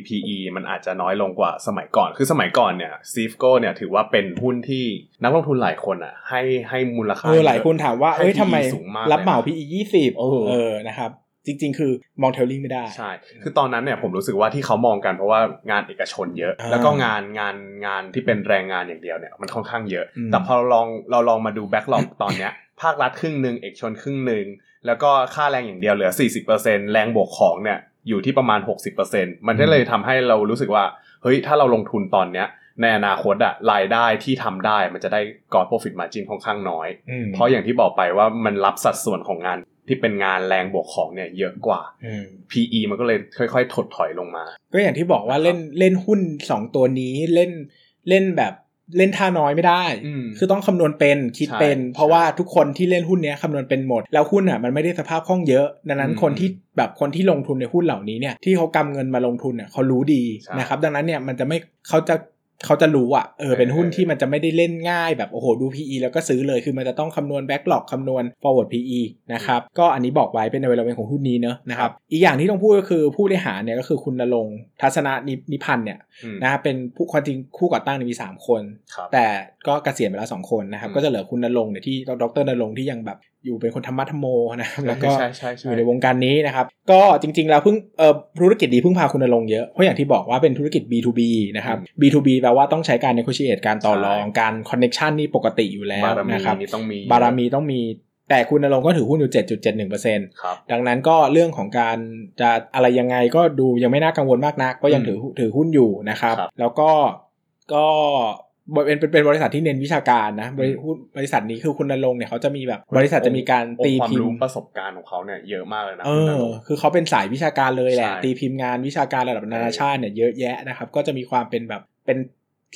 Speaker 3: PE มันอาจจะน้อยลงกว่าสมัยก่อน คือสมัยก่อนเนี่ยซีฟโกเนี่ยถือว่าเป็นหุ้นที่นักลงทุนหลายคนอ่ะ ให้ให้มูลค่า
Speaker 2: เออหลายคนถามว่า
Speaker 3: ให้
Speaker 2: เอ้ย
Speaker 3: PE
Speaker 2: ทำไม
Speaker 3: สูงมาก
Speaker 2: รับเหมา
Speaker 3: ลยนะ
Speaker 2: PE 20
Speaker 3: เออ
Speaker 2: เออนะครับ จริง ๆ คือมองเทลลิ่งไม่ได้
Speaker 3: ใช่ คือตอนนั้นเนี่ยผมรู้สึกว่าที่เขามองกันเพราะว่างานเอกชนเยอะ
Speaker 2: อ่า
Speaker 3: แล้วก็งานงานงานที่เป็นแรงงานอย่างเดียวเนี่ยมันค่อนข้างเยอะ
Speaker 2: อืม
Speaker 3: แต่พอเราลองเราลองมาดูแบ็กหลอกตอนเนี้ย ภาครัฐครึ่งหนึ่งเอกชนครึ่งหนึ่งแล้วก็ค่าแรงอย่างเดียวเหลือ 40%แรงบวกของเนี่ยอยู่ที่ประมาณ 60%มันก็เลยทำให้เรารู้สึกว่า เฮ้ย ถ้าเราลงทุนตอนเนี้ยในอนาคตอะรายได้ที่ทำได้มันจะได้ gross profit margin ค่อนข้างน้อย
Speaker 2: อืม
Speaker 3: เพราะอย่างที่บอกไปว่ามันรับสัดส่วนของงานที่เป็นงานแรงบวกของเนี่ยเยอะกว่า
Speaker 2: อืม
Speaker 3: PE มันก็เลยค่อยๆ ถดถอยลงมา
Speaker 2: ก็อย่างที่บอกว่าเล่นเล่นหุ้น 2 ตัวนี้เล่นเล่นแบบเล่นท่าน้อยไม่ได้
Speaker 3: อืม
Speaker 2: คือต้องคำนวณเป็นคิด
Speaker 3: ใช่
Speaker 2: เป็น เพราะว่า
Speaker 3: ใช่
Speaker 2: ทุกคนที่เล่นหุ้นเนี้ยคำนวณเป็นหมด แล้วหุ้นอ่ะมันไม่ได้สภาพคล่องเยอะ ดังนั้น
Speaker 3: อืม
Speaker 2: คนที่แบบคนที่ลงทุนในหุ้นเหล่านี้เนี่ยที่เขากำเงินมาลงทุนเนี่ยเขารู้ดี
Speaker 3: ใช่
Speaker 2: นะครับ ดังนั้นเนี่ยมันจะไม่เขาจะเขาจะรู้อ่ะเออเป็นหุ้น
Speaker 3: เออ
Speaker 2: ที่มันจะไม่ได้เล่นง่ายแบบโอ้โหดู PE แล้วก็ซื้อเลยคือมันจะต้องคำนวณ backlog คำนวณ forward PE นะครับก็อันนี้บอกไว้เป็นในเวลาเป็นของหุ้นนี้เนอะนะครับอีกอย่างที่ต้องพูดก็คือผู้บริหารเนี่ยก็คือคุณณรงค์ ทัศนนินิพันธ์เนี่ย
Speaker 3: อืม
Speaker 2: นะครับเป็นผู้ความจริงคู่ก่อตั้งเนี่ยมีสามคน
Speaker 3: ครับ
Speaker 2: แต่ ก็เกษียณไปแล้วสองคนนะครับ
Speaker 3: อืม
Speaker 2: ก็จะเหลือคุณนรงค์เนี่ยที่ดรนรงค์ที่ยังแบบอยู่เป็นคนธรรมะธรรมโมนะครับแล้วก็
Speaker 3: ใช่ใช่
Speaker 2: อ
Speaker 3: ใช่
Speaker 2: ยู่ในวงการนี้นะครับ ก็จริงๆ แล้วเพิ่งเอ่อธุรกิจดีเพิ่งพาคุณนรงค์เยอะ เพราะอย่างที่บอกว่าเป็นธุรกิจ B2B นะครับ B2B แปลว่าต้องใช้การ negotiate การต่อรอง
Speaker 3: ใช่
Speaker 2: การ connection นี่ปกติอยู่แล้ว
Speaker 3: บารมี
Speaker 2: นะครับ
Speaker 3: นี่ต้องมี
Speaker 2: บารมีต้องมี แต่คุณนรงค์ก็ถือหุ้นอยู่ 7.71%
Speaker 3: ครับ
Speaker 2: ดังนั้นก็เรื่องของการจะอะไรยังไงก็ดูยังไม่น่ากังวลมากนักก็ยังถือถือหุ้นอยู่นะครับ แล้วก็ก็เป็นเป็นเป็นบริษัทที่เน้นวิชาการนะบริหุ้นบริษัทนี้คือคุณนรงค์เนี่ยเขาจะมีแบบบริษัทจะมีการ
Speaker 3: อง
Speaker 2: ตี
Speaker 3: ค์ความ
Speaker 2: พิม
Speaker 3: รู้
Speaker 2: พ์
Speaker 3: ประสบการณ์ของเขาเนี่ยเยอะมากเลยนะ
Speaker 2: เอ
Speaker 3: คุณน
Speaker 2: อ
Speaker 3: รงค์
Speaker 2: คือเขาเป็นสายวิชาการเลยแหละ
Speaker 3: ใช่
Speaker 2: ตีพิมพ์งานวิชาการระดับนานาชาติเนี่ยเยอะแยะนะครับ ก็จะมีความเป็นแบบเป็น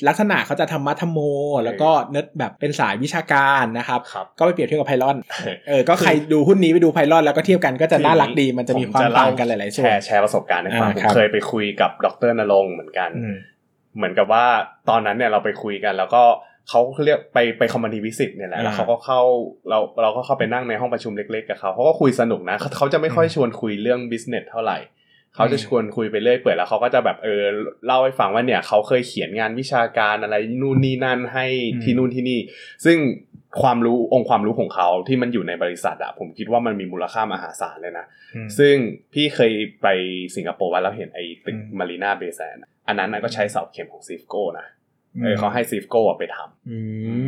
Speaker 2: ลักษณะเขาจะธรรมะธรรมโม แล้วก็เนิร์ดแบบเป็นสายวิชาการนะครับ
Speaker 3: ครับ
Speaker 2: ก็ไปเปรียบเทียบกับไพลอน
Speaker 3: เออ
Speaker 2: เออก็ใครดูหุ้นนี้ไปดูไพลอนแล้วก็เทียบกันก็จะน่ารักดีมันจะมีความ
Speaker 3: ผเ
Speaker 2: ต่างกันหลายๆ
Speaker 3: แช
Speaker 2: ส่วน
Speaker 3: ร์แชร์ประสบการณ์ให้ฟัง
Speaker 2: อ่า
Speaker 3: ผม
Speaker 2: ครับ
Speaker 3: เคยไปคุยกับดรนรงค์เหมือนกัน
Speaker 2: อืม
Speaker 3: เหมือนกับว่าตอนนั้นเนี่ยเราไปคุยกัน แล้วก็เขาเรียกไปไปคอมมานีวิสิตเนี่ยแหละ
Speaker 2: อ่า
Speaker 3: แล้วเขาก็เข้าเราเราก็เข้าไปนั่งในห้องประชุมเล็กๆกับเขาเขาก็คุยสนุกนะเขาเขาจะไม่ค่อยชวนคุยเรื่องบิสเนสเท่าไหร่เขาจะชวนคุยไปเรื่อยเปื่อยแล้วเขาก็จะแบบเออเล่าให้ฟังว่าเนี่ยเขาเคยเขียนงานวิชาการอะไรนู่นนี่นั่นให้
Speaker 2: อืม
Speaker 3: ที่นู่นที่นี่ ซึ่งความรู้องค์ความรู้ของเขาที่มันอยู่ในบริษัทอะผมคิดว่ามันมีมูลค่ามหาศาลเลยนะ ซึ่งพี่เคยไปสิงคโปร์ว่าเราเห็นไอ้ตึก
Speaker 2: อืม
Speaker 3: มารีนาเบซนอันนั้นน่ะก็ใช้เสาเข็มของซีฟโก้นะเออเขาให้ซีฟโก้ไปทำ
Speaker 2: อื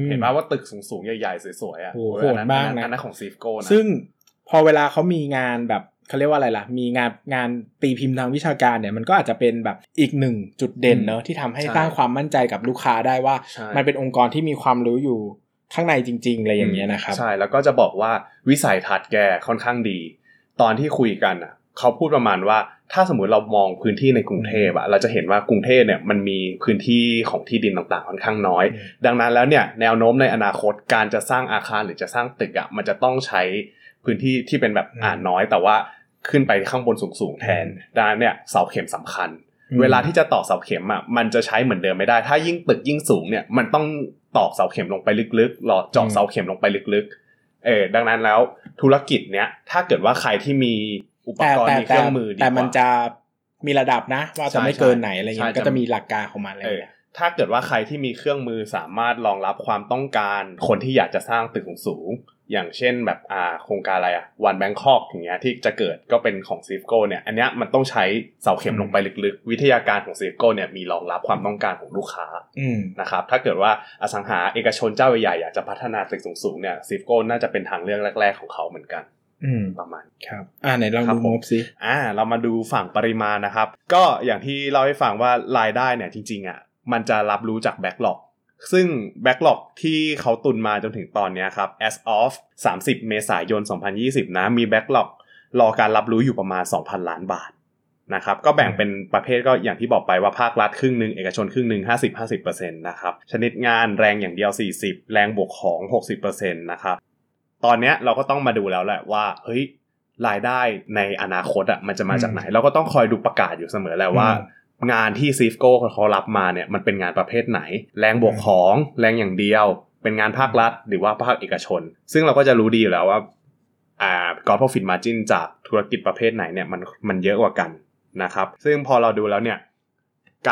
Speaker 2: ม
Speaker 3: เห็นป่าว่าตึกสูงๆ ใหญ่ๆ สวยๆอ่ะ
Speaker 2: โอ้โห
Speaker 3: เอั
Speaker 2: โหดมากนะ
Speaker 3: อันนั้นของซีฟโก้นะ
Speaker 2: ซึ่งพอเวลาเขามีงานแบบเขาเรียกว่าอะไรล่ะ มีงานงานตีพิมพ์ทางวิชาการเนี่ยมันก็อาจจะเป็นแบบอีกหนึ่งจุดเด่นเนอะที่ทำให้สร้างความมั่นใจกับลูกค้าได้ว่า
Speaker 3: ใช่
Speaker 2: มันเป็นองค์กรที่มีความรู้อยู่ข้างในจริง ๆ อะไรอย่างเงี้ยนะครับ
Speaker 3: ใช่แล้วก็จะบอกว่าวิสัยทัศน์แกค่อนข้างดี ตอนที่คุยกันอ่ะเขาพูดประมาณว่าถ้าสมมติเรามองพื้นที่ในกรุงเทพอะเราจะเห็นว่ากรุงเทพเนี่ยมันมีพื้นที่ของที่ดินต่างๆ ค่อนข้างน้อย ดังนั้นแล้วเนี่ยแนวโน้มในอนาคตการจะสร้างอาคารหรือจะสร้างตึกอะ่ะมันจะต้องใช้พื้นที่ที่เป็นแบบ
Speaker 2: อืม
Speaker 3: อ่านน้อย แต่ว่าขึ้นไปข้างบนสูงๆแทนดังนั้นเนี่ยเสาเข็มสำคัญ
Speaker 2: อืม
Speaker 3: เวลาที่จะตอกเสาเข็มอ่ะมันจะใช้เหมือนเดิมไม่ได้ ถ้ายิ่งตึกยิ่งสูงเนี่ยมันต้องตอกเสาเข็มลงไปลึกๆหล่อเจาะเสาเข็มลงไปลึกๆเออดังนั้นแล้วธุรกิจเนี้ยถ้าเกิดว่าใครที่มีอุป
Speaker 2: แต่
Speaker 3: กรณ์
Speaker 2: แต่
Speaker 3: มีเค
Speaker 2: แต่
Speaker 3: รื่องมือดีกว่า
Speaker 2: แต่มันจะมีระดับนะ ว่าจะไม่
Speaker 3: ใช่
Speaker 2: เกินไหนอะไรเงี้
Speaker 3: ใช่
Speaker 2: ยก็
Speaker 3: จะ
Speaker 2: จะ
Speaker 3: มี
Speaker 2: มีหลักการของมันอะไร
Speaker 3: เออ
Speaker 2: เงี้ย
Speaker 3: ถ้าเกิดว่าใครที่มีเครื่องมือสามารถรองรับความต้องการคนที่อยากจะสร้างตึกสูงๆอย่างเช่นแบบอ่าโครงการอะไรอะวันแบงคอกอย่างเงี้ยที่จะเกิดก็เป็นของซีฟโกเนี่ยอันเนี้ยมันต้องใช้เสาเข็ม
Speaker 2: อืม
Speaker 3: ลงไปลึกๆ วิทยาการของซีฟโกเนี่ยมีรองรับความต้องการของลูกค้า
Speaker 2: อืม
Speaker 3: นะครับถ้าเกิดว่าอสังหาเอกชนเจ้าใหญ่ๆอยากจะพัฒนาตึกสูงๆเนี่ยซีฟโกน่าจะเป็นทางเลือกแรก ๆของเขาเหมือนกัน
Speaker 2: อืม
Speaker 3: ประมาณ
Speaker 2: ครับ อ่าไหนลอง
Speaker 3: ครั
Speaker 2: ดู
Speaker 3: บผม
Speaker 2: งบสิ
Speaker 3: อ่าเรามาดูฝั่งปริมาณนะครับ ก็อย่างที่เราให้ฟังว่ารายได้เนี่ยจริงๆอ่ะมันจะรับรู้จากแบ็กหลอกซึ่งแบ็กหลอกที่เขาตุนมาจนถึงตอนเนี้ยครับ as of 30 เมษายน 2020 นะ มีแบ็กหลอกรอการรับรู้อยู่ประมาณ 2,000 ล้านบาทนะครับก็แบ่งเป็นประเภทก็อย่างที่บอกไปว่าภาครัฐครึ่งหนึ่งเอกชนครึ่งหนึ่ง50-50%นะครับชนิดงานแรงอย่างเดียว 40 แรงบวกของ 60%นะครับ ตอนเนี้ยเราก็ต้องมาดูแล้วแหละว่าเฮ้ยรายได้ในอนาคตอ่ะมันจะมาจากไหน เราก็ต้องคอยดูประกาศอยู่เสมอแหละว่า งานที่ซีฟโก้เขารับมาเนี่ยมันเป็นงานประเภทไหน แรงบวกของแรงอย่างเดียว เป็นงานภาครัฐ หรือว่าภาคเอกชน ซึ่งเราก็จะรู้ดีอยู่แล้วว่าอ่ากอร์ profit margin จากธุรกิจประเภทไหนเนี่ยมันมันเยอะกว่ากันนะครับ ซึ่งพอเราดูแล้วเนี่ย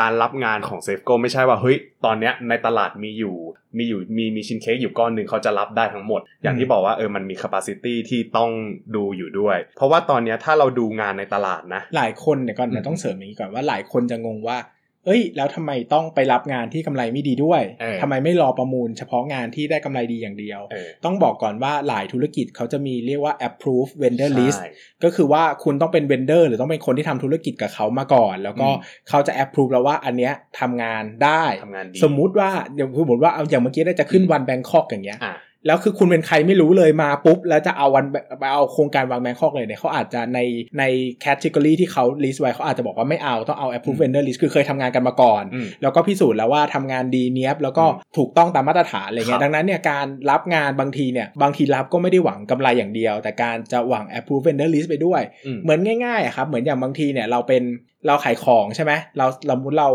Speaker 3: การรับงานของเซฟโกไม่ใช่ว่าเฮ้ยตอนเนี้ยในตลาดมีอยู่มีอยู่มีมีชิ้นเค้กอยู่ก้อนหนึ่งเขาจะรับได้ทั้งหมด อย่างที่บอกว่าเออมันมี capacity ที่ต้องดูอยู่ด้วย เพราะว่าตอนเนี้ยถ้าเราดูงานในตลาดนะ
Speaker 2: หลายคนเนี่ยก่อน
Speaker 3: อืม
Speaker 2: เดี๋ยวต้องเสริมอย่างนี้ก่อนว่าหลายคนจะงงว่า เอ้ย แล้วทำไมต้องไปรับงานที่กำไรไม่ดีด้วยทำไมไม่รอประมูล เฉพาะงานที่ได้กำไรดีอย่างเดียว
Speaker 3: เออ
Speaker 2: ต้องบอกก่อนว่าหลายธุรกิจเขาจะมีเรียกว่า approve vendor list
Speaker 3: ใช่
Speaker 2: ก็คือว่าคุณต้องเป็นเวนเดอร์หรือต้องเป็นคนที่ทำธุรกิจกับเขามาก่อน แล้วก็
Speaker 3: อืม
Speaker 2: เขาจะแอปพรูฟแล้วว่าอันเนี้ยทำงานได้
Speaker 3: ทำงานดี
Speaker 2: สมมุติว่าอย่างสมมติว่าเอาอย่างเมื่อกี้ได้จะขึ้น
Speaker 3: อืม
Speaker 2: วันแบงคอกอย่างเงี้ย
Speaker 3: อ่ะ
Speaker 2: แล้วคือคุณเป็นใครไม่รู้เลยมาปุ๊บ แล้วจะเอาวันไปเอาโครงการวันแบงคอกเลยเนี่ยเขาอาจจะในในแคตตากรีที่เขาลิสต์ไว้เขาอาจจะบอกว่าไม่เอาต้องเอา approve
Speaker 3: อืม
Speaker 2: vendor list คือเคยทำงานกันมาก่อน
Speaker 3: อืม
Speaker 2: แล้วก็พิสูจน์แล้วว่าทำงานดีเนี้ยบแล้วก็
Speaker 3: อืม
Speaker 2: ถูกต้องตามมาตรฐานอะไรเงี้
Speaker 3: ครั
Speaker 2: ย
Speaker 3: บ
Speaker 2: ดังนั้นเนี่ยการรับงานบางทีเนี่ยบางทีรับก็ไม่ได้หวังกำไรอย่างเดียว แต่การจะหวัง approve vendor list ไปด้วย เหมือนง่ายๆอะครับเหมือนอย่างบางทีเนี่ยเราเป็นเราขายของใช่ไหมเราสมมติเรา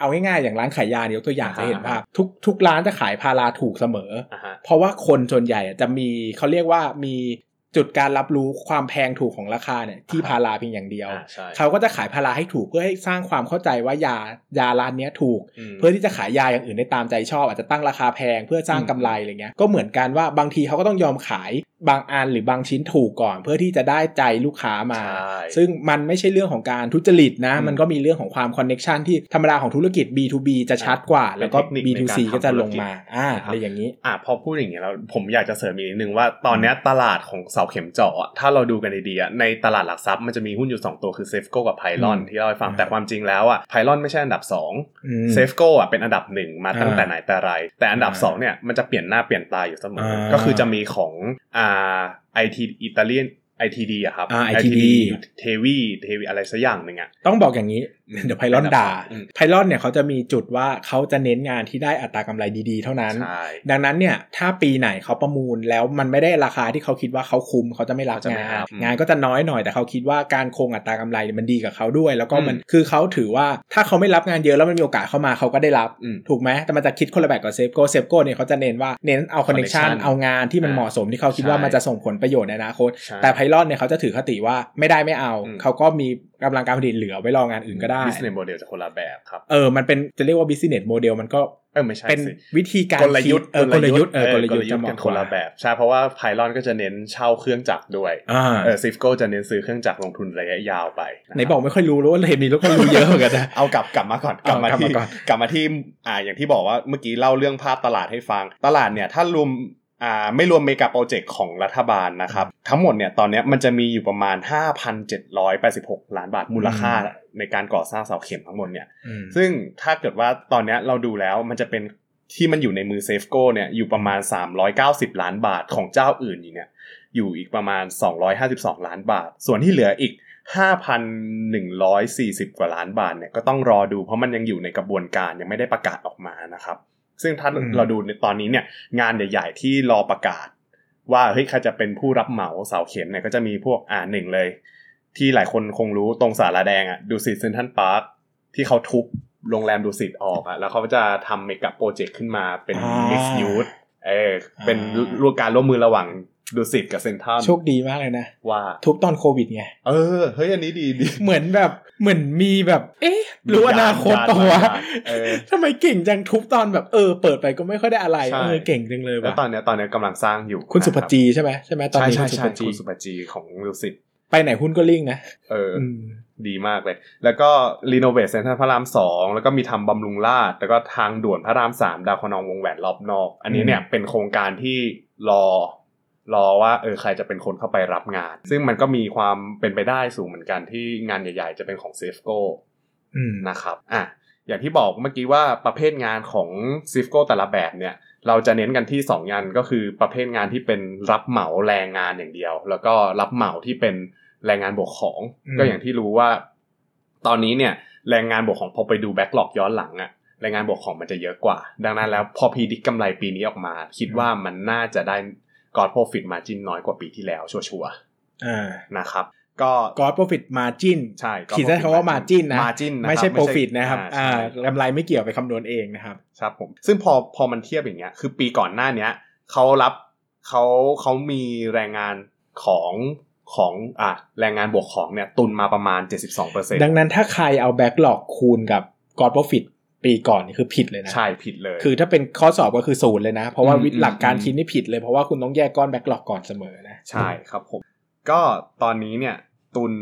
Speaker 2: เอาง่ายๆอย่างร้านขายยาเนี่ยยกตัวอย่างจะเห็น
Speaker 3: อ่า
Speaker 2: ภา
Speaker 3: ฮะ
Speaker 2: พทุกทุกร้านจะขายพาราถูกเสมอ
Speaker 3: อ่าฮะ
Speaker 2: เพราะว่าคนส่วนใหญ่อะจะมีเขาเรียกว่ามี จุดการรับรู้ความแพงถูกของราคาเนี่ยที่พาราเพียงอย่างเดียว
Speaker 3: อ่าใช่
Speaker 2: เขาก็จะขายพาราให้ถูกเพื่อให้สร้างความเข้าใจว่ายายาร้านเนี้ยถูก
Speaker 3: ม
Speaker 2: เพื่อที่จะขายยาอย่างอื่นได้ตามใจชอบ อาจจะตั้งราคาแพงเพื่อสร้างกำไรอะไรเงี้ยก็เหมือนกันว่าบางทีเขาก็ต้องยอมขายบางอันหรือบางชิ้นถูกก่อน เพื่อที่จะได้ใจลูกค้ามา
Speaker 3: ใช่
Speaker 2: ซึ่งมันไม่ใช่เรื่องของการทุจริตนะ
Speaker 3: อืม
Speaker 2: มันก็มีเรื่องของความคอนเน็ชันที่ธรรมดาของธุรกิจ B2B จะชัดกว่า แล้วก็
Speaker 3: เป็นเทคนิคในการ
Speaker 2: B2C
Speaker 3: ทำธุรกิจ
Speaker 2: ก็จะลงมาอ่า
Speaker 3: ครับ
Speaker 2: อะไรอย่างนี้
Speaker 3: อ่ะพอพูดอย่างเงี้ยแล้วผมอยากจะเสริมอีกนิดนึงว่าตอนเนี้ยตลาดของเสาเข็มเจาะอะถ้าเราดูกันดีๆอะในตลาดหลักทรัพย์มันจะมีหุ้นอยู่ 2 ตัวคือเซฟโกกับไพลอน
Speaker 2: อืม
Speaker 3: ที่เราไปฟังแต่ความจริงแล้วอ่ะไพลอนไม่ใช่อันดับ 2
Speaker 2: อืม
Speaker 3: เซฟโกอ่ะเป็นอันดับหนึ่งมาตั้งแต่
Speaker 2: อ่า
Speaker 3: ไหนแต่ไร แต่อันดับ
Speaker 2: อ่า
Speaker 3: สองเนี่ยมันจะเปลี่ยนหน้าเปลี่ยนตาอยู่เสมออา ก็คือจะมีของอ่าไอทีอิตาเลียน ITD อะครับ
Speaker 2: อ่า ITD
Speaker 3: เทวีเทวีอะไรสักอย่างหนึ่งอะ
Speaker 2: ต้องบอกอย่างนี้ เดี๋ยวไพลอนด่า
Speaker 3: อืม
Speaker 2: ไพลอนเนี่ยเขาจะมีจุดว่าเขาจะเน้นงานที่ได้อัตรากำไรดีๆ เท่านั้น
Speaker 3: ใช่
Speaker 2: ดังนั้นเนี่ยถ้าปีไหนเขาประมูลแล้วมันไม่ได้ราคาที่เขาคิดว่าเขาคุ้มเขาจะไม่รับ
Speaker 3: เขาจะไม่
Speaker 2: งา
Speaker 3: รั
Speaker 2: น
Speaker 3: บอืม
Speaker 2: งานก็จะน้อยหน่อยแต่เขาคิดว่าการคงอัตรากำไรเนี่ยมันดีกับเขาด้วย แล้วก็มันคือเขาถือว่าถ้าเขาไม่รับงานเยอะแล้วมันมีโอกาสเข้ามาเขาก็ได้รับ
Speaker 3: อืม
Speaker 2: ถูกไหมแต่มันจะคิดคนละแบบกับเซฟโกเซฟโกเนี่ยเขาจะเน้นว่าเน้นเอาคอนเนคชัน
Speaker 3: connection
Speaker 2: เอางานที่มัน
Speaker 3: อ่า
Speaker 2: เหมาะสมที่เขาคิดว่า
Speaker 3: ใช่
Speaker 2: มันจะส่งผลประโยชน์ในอนาคต
Speaker 3: ใช่
Speaker 2: แต่ไพลอนเนี่ยเขาจะถือคติว่าไม่ได้ไม่เอา
Speaker 3: อืม
Speaker 2: เขาก็มีกำลังการผลิตเหลือไว้รองานอื่นก็ได้
Speaker 3: business model จะคนละแบบครับ
Speaker 2: เออมันเป็นจะเรียกว่า business model มันก็
Speaker 3: เอยไม่ใช่
Speaker 2: เป็น
Speaker 3: สิ
Speaker 2: วิธีการ
Speaker 3: กลยุทธ์
Speaker 2: คิดเออกลยุทธ์เออกลยุทธ์จะเห
Speaker 3: กั
Speaker 2: มาะ
Speaker 3: น
Speaker 2: ก
Speaker 3: คน
Speaker 2: ว่า
Speaker 3: ละแบบใช่เพราะว่าไพลอนก็จะเน้นเช่าเครื่องจักรด้วย
Speaker 2: อ่า
Speaker 3: เออซิฟโก้จะเน้นซื้อเครื่องจักรลงทุนระยะยาวไปะครั
Speaker 2: ไหนบอกไม่ค่อยรู้แล้วว่าเทมีแล้วก็รู้เยอะเหมือนกันนะ
Speaker 3: เอากลับกลับมาก่อนกลับมา
Speaker 2: เอากลับ
Speaker 3: ที่
Speaker 2: มาก่อน
Speaker 3: กลับมาที่อ่าอย่างที่บอกว่าเมื่อกี้เล่าเรื่องภาพตลาดให้ฟัง ตลาดเนี่ยถ้ารวมอ่าไม่รวมเมกะโปรเจกต์ของรัฐบาลนะครับ ทั้งหมดเนี่ยตอนเนี้ยมันจะมีอยู่ประมาณ 5,786 ล้านบาทมูลค่าในการก่อสร้างเสาเข็มทั้งหมดเนี่ย
Speaker 2: อืม
Speaker 3: ซึ่งถ้าเกิดว่าตอนเนี้ยเราดูแล้วมันจะเป็นที่มันอยู่ในมือเซฟโกเนี่ยอยู่ประมาณ 390 ล้านบาทของเจ้าอื่นอีกเนี่ยอยู่อีกประมาณ 252 ล้านบาท ส่วนที่เหลืออีก 5,140 กว่าล้านบาทเนี่ยก็ต้องรอดูเพราะมันยังอยู่ในกระบวนการยังไม่ได้ประกาศออกมานะครับ ซึ่งถ้า
Speaker 2: อืม
Speaker 3: เราดูในตอนนี้เนี่ยงานใหญ่ ๆ ที่รอประกาศ ว่าเฮ้ยใครจะเป็นผู้รับเหมาเสาเข็มเนี่ยก็จะมีพวกอ่าหนึ่งเลย ที่หลายคนคงรู้ตรงสาราแดงอะดูสิตเซนทันพาร์คที่เขาทุบโรงแรมดูสิตออกอะแล้วเขาจะทำเมกะโปรเจกต์ขึ้นมาเป็น
Speaker 2: อ่า
Speaker 3: มิสยูดเออเป็น
Speaker 2: อ่า
Speaker 3: ร่วมการร่วมมือระหว่างดูสิตกับเซนทรัน
Speaker 2: โชคดีมากเลยนะ
Speaker 3: ว่า
Speaker 2: ทุกตอนโควิดไง
Speaker 3: เออ เฮ้ย อันนี้ดีดี
Speaker 2: เหมือนแบบเหมือนมีแบบ เอ๊ะ รู้อนาคตตัววะ
Speaker 3: ยานเออ
Speaker 2: ทำไมเก่งจังทุบตอนแบบเออ เปิดไปก็ไม่ค่อยได้อะไร
Speaker 3: ใช่
Speaker 2: เออเก่งจังเลย
Speaker 3: แล้ว
Speaker 2: ว่ะ
Speaker 3: ตอนเนี้ยตอนเนี้ยกำลังสร้างอยู่
Speaker 2: คุณสุภ
Speaker 3: นะ
Speaker 2: จีใช่ไหมใช่ไหมตอน
Speaker 3: ใช่
Speaker 2: นี้
Speaker 3: ใช่
Speaker 2: คุณสุภ
Speaker 3: ใช่
Speaker 2: จี
Speaker 3: คุณสุภจีของดูสิต
Speaker 2: ไปไหนหุ้นก็ลิ่งนะ
Speaker 3: เอออ
Speaker 2: อืม
Speaker 3: ดีมากเลย แล้วก็รีโนเวทเซ็นทรัลพระรามสองแล้วก็มีทำบำรุงราษฎร์แล้วก็ทางด่วนพระรามสามดาวคนองวงแหวนรอบนอก อันนี้เนี่ยเป็นโครงการที่รอ รอว่าเออใครจะเป็นคนเข้าไปรับงาน ซึ่งมันก็มีความเป็นไปได้สูงเหมือนกันที่งานใหญ่ๆ จะเป็นของเซฟโก
Speaker 2: อืม
Speaker 3: นะครับ อ่ะ อย่างที่บอกเมื่อกี้ว่าประเภทงานของซิฟโกแต่ละแบบเนี่ย เราจะเน้นกันที่ 2 งานก็คือประเภทงานที่เป็นรับเหมาแรงงานอย่างเดียว แล้วก็รับเหมาที่เป็นแรงงานบวกของ
Speaker 2: อืม
Speaker 3: ก็อย่างที่รู้ว่า ตอนนี้เนี่ยแรงงานบวกของพอไปดูแบ็กหลอกย้อนหลังอะแรงงานบวกของมันจะเยอะกว่า ดังนั้นแล้วพอพีดิกกำไรปีนี้ออกมา คิดว่ามันน่าจะได้กอดโปรฟิตมาจินน้อยกว่าปีที่แล้วชัวร์
Speaker 2: อ่า
Speaker 3: ๆนะครับ ก็
Speaker 2: God Profit Margin
Speaker 3: ใช่ God
Speaker 2: ขีดเส้น
Speaker 3: Profit
Speaker 2: คำว่า margin นะ
Speaker 3: margin นะครับ
Speaker 2: ไม่ใช่
Speaker 3: ไม่ใช่
Speaker 2: profit นะครับ
Speaker 3: อ่า
Speaker 2: อ่า
Speaker 3: ใช่
Speaker 2: กำไรไม่เกี่ยวไปคำนวณเองนะครับ
Speaker 3: ครับผมซึ่งพอพอมันเทียบอย่างเงี้ยคือปีก่อนหน้าเนี้ยเขารับเขาเขามีแรงงานของของอ่ะแรงงานบวกของเนี่ยตุนมาประมาณ 72%
Speaker 2: ดังนั้นถ้าใครเอาแบ็กหลอกคูณกับ God Profit ปีก่อนนี่คือผิดเลยนะ
Speaker 3: ใช่ผิดเลย
Speaker 2: คือถ้าเป็นข้อสอบก็คือศูนย์เลยนะ เพราะว่า
Speaker 3: อืม
Speaker 2: วิหลักการ
Speaker 3: อืม
Speaker 2: คิดนี่ผิดเลยเพราะว่าคุณต้องแยกก้อนแบ็กหลอกก่อนเสมอนะ
Speaker 3: ใช่ครับผมก็ตอนนี้เนี่ยตุน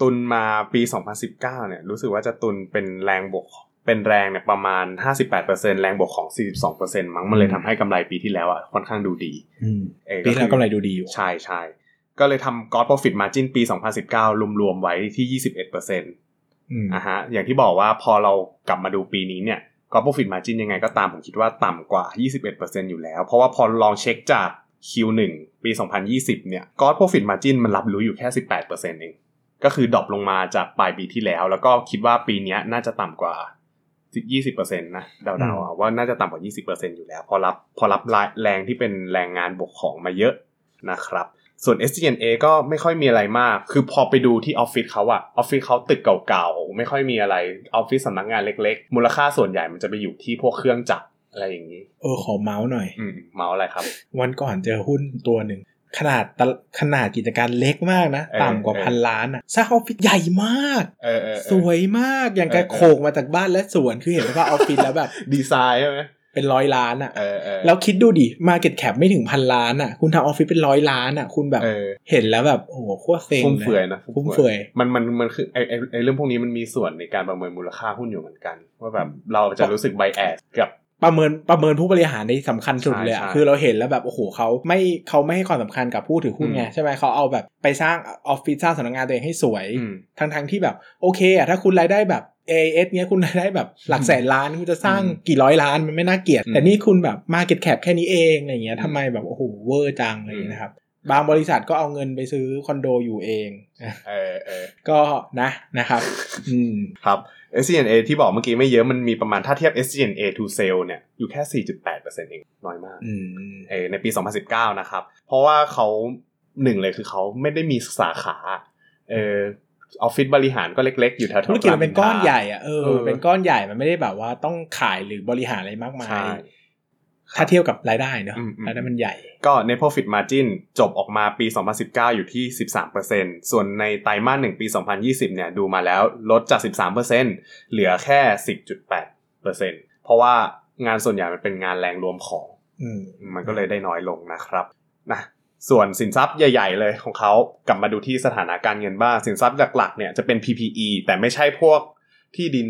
Speaker 3: ตุนมาปี 2019เนี่ยรู้สึกว่าจะตุนเป็นแรงบวกเป็นแรงเนี่ยประมาณ 58%แรงบวกของ 42%มั้งมันเลยทำให้กำไรปีที่แล้วอ่ะค่อนข้างดูดี
Speaker 2: อืม
Speaker 3: เออ
Speaker 2: ปี
Speaker 3: คื
Speaker 2: แล้ว
Speaker 3: อ
Speaker 2: กำไรดูดีอยู่
Speaker 3: ใช่ใช่ก็เลยทำ God Profit Margin ปี 2019 รวมๆ ไว้ที่ 21เปอร์เซ็นต์
Speaker 2: อืม
Speaker 3: ะฮะอย่างที่บอกว่าพอเรากลับมาดูปีนี้เนี่ย God Profit Margin ยังไงก็ตามผมคิดว่าต่ำกว่า 21เปอร์เซ็นต์อยู่แล้ว เพราะว่าพอลองเช็คจาก Q1 ปี 2020 เนี่ย God Profit Margin มันรับรู้อยู่แค่ 18เปอร์เซ็นต์เอง ก็คือดรอปลงมาจากปลายปีที่แล้ว แล้วก็คิดว่าปีเนี้ยน่าจะต่ำกว่า 20%นะเดาๆเอาว่าน่าจะต่ำกว่า 20%อยู่แล้ว พอรับพอรับแรงที่เป็นแรงงานบวกของมาเยอะ นะครับส่วน s g n a ก็ไม่ค่อยมีอะไรมาก คือพอไปดูที่ออฟฟิศเขาอะออฟฟิศเขาตึกเก่าๆ ไม่ค่อยมีอะไรออฟฟิศสำนักงานเล็กๆ มูลค่าส่วนใหญ่มันจะไปอยู่ที่พวกเครื่องจักรอะไรอย่างนี้
Speaker 2: เออขอเมาส์หน่อย
Speaker 3: อืมเมาส์อะไรครับ
Speaker 2: วันก่อนเจอหุ้นตัวหนึ่ง ขนาดตะขนาดกิจการเล็กมากนะ
Speaker 3: เออ
Speaker 2: ต่ำกว่าพันล้านอ่ะสร้างออฟฟิศใหญ่มาก
Speaker 3: เออเออเออ
Speaker 2: สวยมากอย่างกับ
Speaker 3: เออเออ
Speaker 2: โขกมาจากบ้านและสวนคือเห็นว่าออฟฟิศแล้วแบบ
Speaker 3: ดีไซน์ใช่ไหม
Speaker 2: เป็นร้อยล้านอ่ะ
Speaker 3: เออเออ
Speaker 2: แล้วคิดดูดิ Market Cap ไม่ถึงพันล้านอ่ะ คุณทำออฟฟิศเป็นร้อยล้านอ่ะ คุณแบบ
Speaker 3: เออ
Speaker 2: เห็นแล้วแบบ โอ้โหโคตรเซ็ง
Speaker 3: ฟุ่ม
Speaker 2: ล
Speaker 3: เฟือยนะ
Speaker 2: ฟุ่มเฟือย
Speaker 3: มันมันมันคือไอไอ้ไอเรื่องพวกนี้มันมีส่วนในการประเมินมูลค่าหุ้นอยู่เหมือนกัน ว่าแบบเราจะรู้สึกไบแอสกับ
Speaker 2: ประเมินประเมินผู้บริหารในสำคัญสุดเลยอะ
Speaker 3: ใช่ใช่
Speaker 2: คือเราเห็นแล้วแบบโอ้โหเขาไม่เขาไม่ให้ความสำคัญกับผู้ถือหุ้นไง
Speaker 3: อืม
Speaker 2: ใช่ไหมเขาเอาแบบไปสร้างออฟฟิศสร้างสำนักงานตัวเองให้สวย
Speaker 3: อืม
Speaker 2: ทั้งทั้งที่แบบโอเคอะถ้าคุณรายได้แบบ AS เนี้ยคุณรายได้ แบบหลักแสนล้านคุณจะสร้าง
Speaker 3: อืม
Speaker 2: กี่ร้อยล้านมันไม่น่าเกลียด
Speaker 3: อืม
Speaker 2: แต่นี่คุณแบบ Market Cap แค่นี้เองอะไรเงี้ย
Speaker 3: อืม
Speaker 2: ทำไมแบบโอ้โหเวอร์จังอะไรเงี้ย
Speaker 3: อืม
Speaker 2: นะครับ บางบริษัทก็เอาเงินไปซื้อคอนโดอยู่เองอ่ะ
Speaker 3: เออเออ
Speaker 2: ก็นะ นะครับ อืม
Speaker 3: ครับ SCNA ที่บอกเมื่อกี้ไม่เยอะมันมีประมาณถ้าเทียบ SCNA to sale เนี่ยอยู่แค่ 4.8%เองน้อยมาก
Speaker 2: อืม
Speaker 3: เออในปี 2019 นะครับ เพราะว่าเขาหนึ่งเลยคือเขาไม่ได้มีสาขาเออออฟฟิศบริหารก็เล็กๆ อยู่แถวๆ
Speaker 2: ธุรกิจมันเป็นก้อน
Speaker 3: รามอิทรา
Speaker 2: ใหญ่อะเออ
Speaker 3: เออ
Speaker 2: เป็นก้อนใหญ่มันไม่ได้แบบว่าต้องขายหรือบริหารอะไรมากมา
Speaker 3: ใช่
Speaker 2: ย ถ้าเทียบกับรายได้เนอะ
Speaker 3: อืมอืม
Speaker 2: รายได้มันใหญ่
Speaker 3: ก็ net profit margin จบออกมาปี 2019 อยู่ที่ 13%ส่วนในไตรมาสหนึ่งปี 2020 เนี่ยดูมาแล้วลดจาก 13%เหลือแค่ 10.8%เพราะว่างานส่วนใหญ่มันเป็นงานแรงรวมของ
Speaker 2: อืม
Speaker 3: มันก็เลยได้น้อยลงนะครับนะส่วนสินทรัพย์ใหญ่ ๆ เลยของเขากลับมาดูที่สถานาการเงินบ้างสินทรัพย์หลักๆเนี่ยจะเป็น PPE แต่ไม่ใช่พวกที่ดิน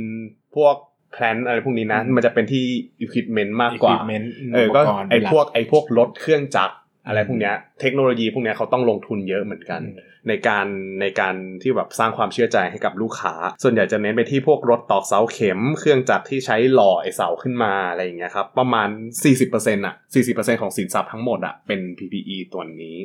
Speaker 3: พวกแพลนอะไรพวกนี้นะ
Speaker 2: อืม
Speaker 3: มันจะเป็นที่ equipment มากกว่า
Speaker 2: Equipment
Speaker 3: เออก็
Speaker 2: ปรณ์
Speaker 3: ไอ
Speaker 2: เป็นหลั
Speaker 3: พวกไอพวกรถเครื่องจักรอะไรพวกเนี้ยเทคโนโลยีพวกเนี้ยเขาต้องลงทุนเยอะเหมือนกัน
Speaker 2: อืม
Speaker 3: ในการในการที่แบบสร้างความเชื่อใจให้กับลูกค้า ส่วนใหญ่จะเน้นไปที่พวกรถตอกเสาเข็ม เครื่องจักรที่ใช้หล่อไอเสาขึ้นมาอะไรอย่างเงี้ยครับ ประมาณ 40%อ่ะ 40%ของสินทรัพย์ทั้งหมดอ่ะ เป็น PPE ตัวนี้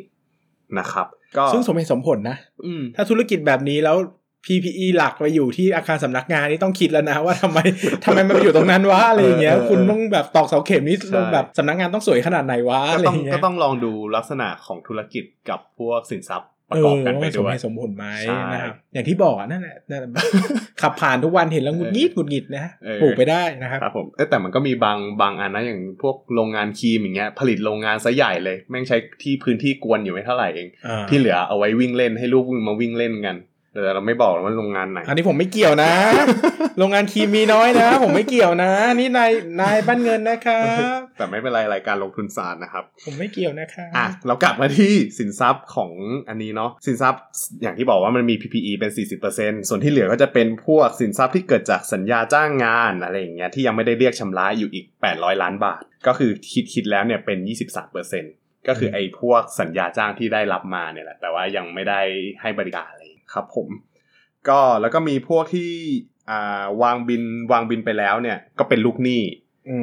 Speaker 3: นะครับ ก็
Speaker 2: ซึ่งสมเหตุสมผลนะ
Speaker 3: อืม
Speaker 2: ถ้าธุรกิจแบบนี้แล้ว PPE หลักไปอยู่ที่อาคารสำนักงานนี่ต้องคิดแล้วนะว่าทำไม ทำไมมันไปอยู่ตรงนั้นวะอะไรอย่างเงี้ย
Speaker 3: เออเออ
Speaker 2: คุณต้องแบบตอกเสาเข็มนี่
Speaker 3: ใช่
Speaker 2: ลงแบบสำนักงานต้องสวยขนาดไหนวะ
Speaker 3: ก็
Speaker 2: อะไรอ
Speaker 3: ต้อง
Speaker 2: ย่างเงี้ย
Speaker 3: ก็ต้องลองดูลักษณะของธุรกิจกับพวกสินทรัพย์ประกอบกันไป
Speaker 2: เว่ามัสม
Speaker 3: ด้วย
Speaker 2: เหตุสมผลไหม
Speaker 3: ใช่
Speaker 2: นะครับอย่างที่บอกอะนั่นแหละนั่นแหละขับ ผ่านทุกวันเห็นแล้วหงุดหงิดหงุดหงิดนะ
Speaker 3: เออ
Speaker 2: ปลูกไปได้นะครับ
Speaker 3: ครับผมเอ้ยแต่มันก็มีบางบางอันนะอย่างพวกโรงงานครีมอย่างเงี้ยผลิตโรงงานซะใหญ่เลย แม่งใช้ที่พื้นที่กวนอยู่ไม่เท่าไหร่เอง
Speaker 2: อ่า
Speaker 3: ที่เหลือเอาไว้วิ่งเล่นให้ลูกมาวิ่งเล่นกัน แต่เราไม่บอกหรอกว่าโรงงานไหน
Speaker 2: อันนี้ผมไม่เกี่ยวนะ โรงงานครีมมีน้อยนะ ผมไม่เกี่ยวนะ นี่นายนายบ้านเงินนะครับ
Speaker 3: แต่ไม่เป็นไรรายการลงทุนศาสตร์นะครับ
Speaker 2: ผมไม่เกี่ยวนะคะ
Speaker 3: อ่ะเรากลับมาที่สินทรัพย์ของอันนี้เนาะสินทรัพย์อย่างที่บอกว่ามันมี PPE เป็น 40%ส่วนที่เหลือก็จะเป็นพวกสินทรัพย์ที่เกิดจากสัญญาจ้างงานอะไรอย่างเงี้ยที่ยังไม่ได้เรียกชำระอยู่อีก 800 ล้านบาท ก็คือคิดคิดแล้วเนี่ยเป็น 23%ก็คือไอ้พวกสัญญาจ้างที่ได้รับมาเนี่ยแหละแต่ว่ายังไม่ได้ให้บริการอะไรครับผม ก็แล้วก็มีพวกที่อ่าวางบินวางบินไปแล้วเนี่ยก็เป็นลูกหนี้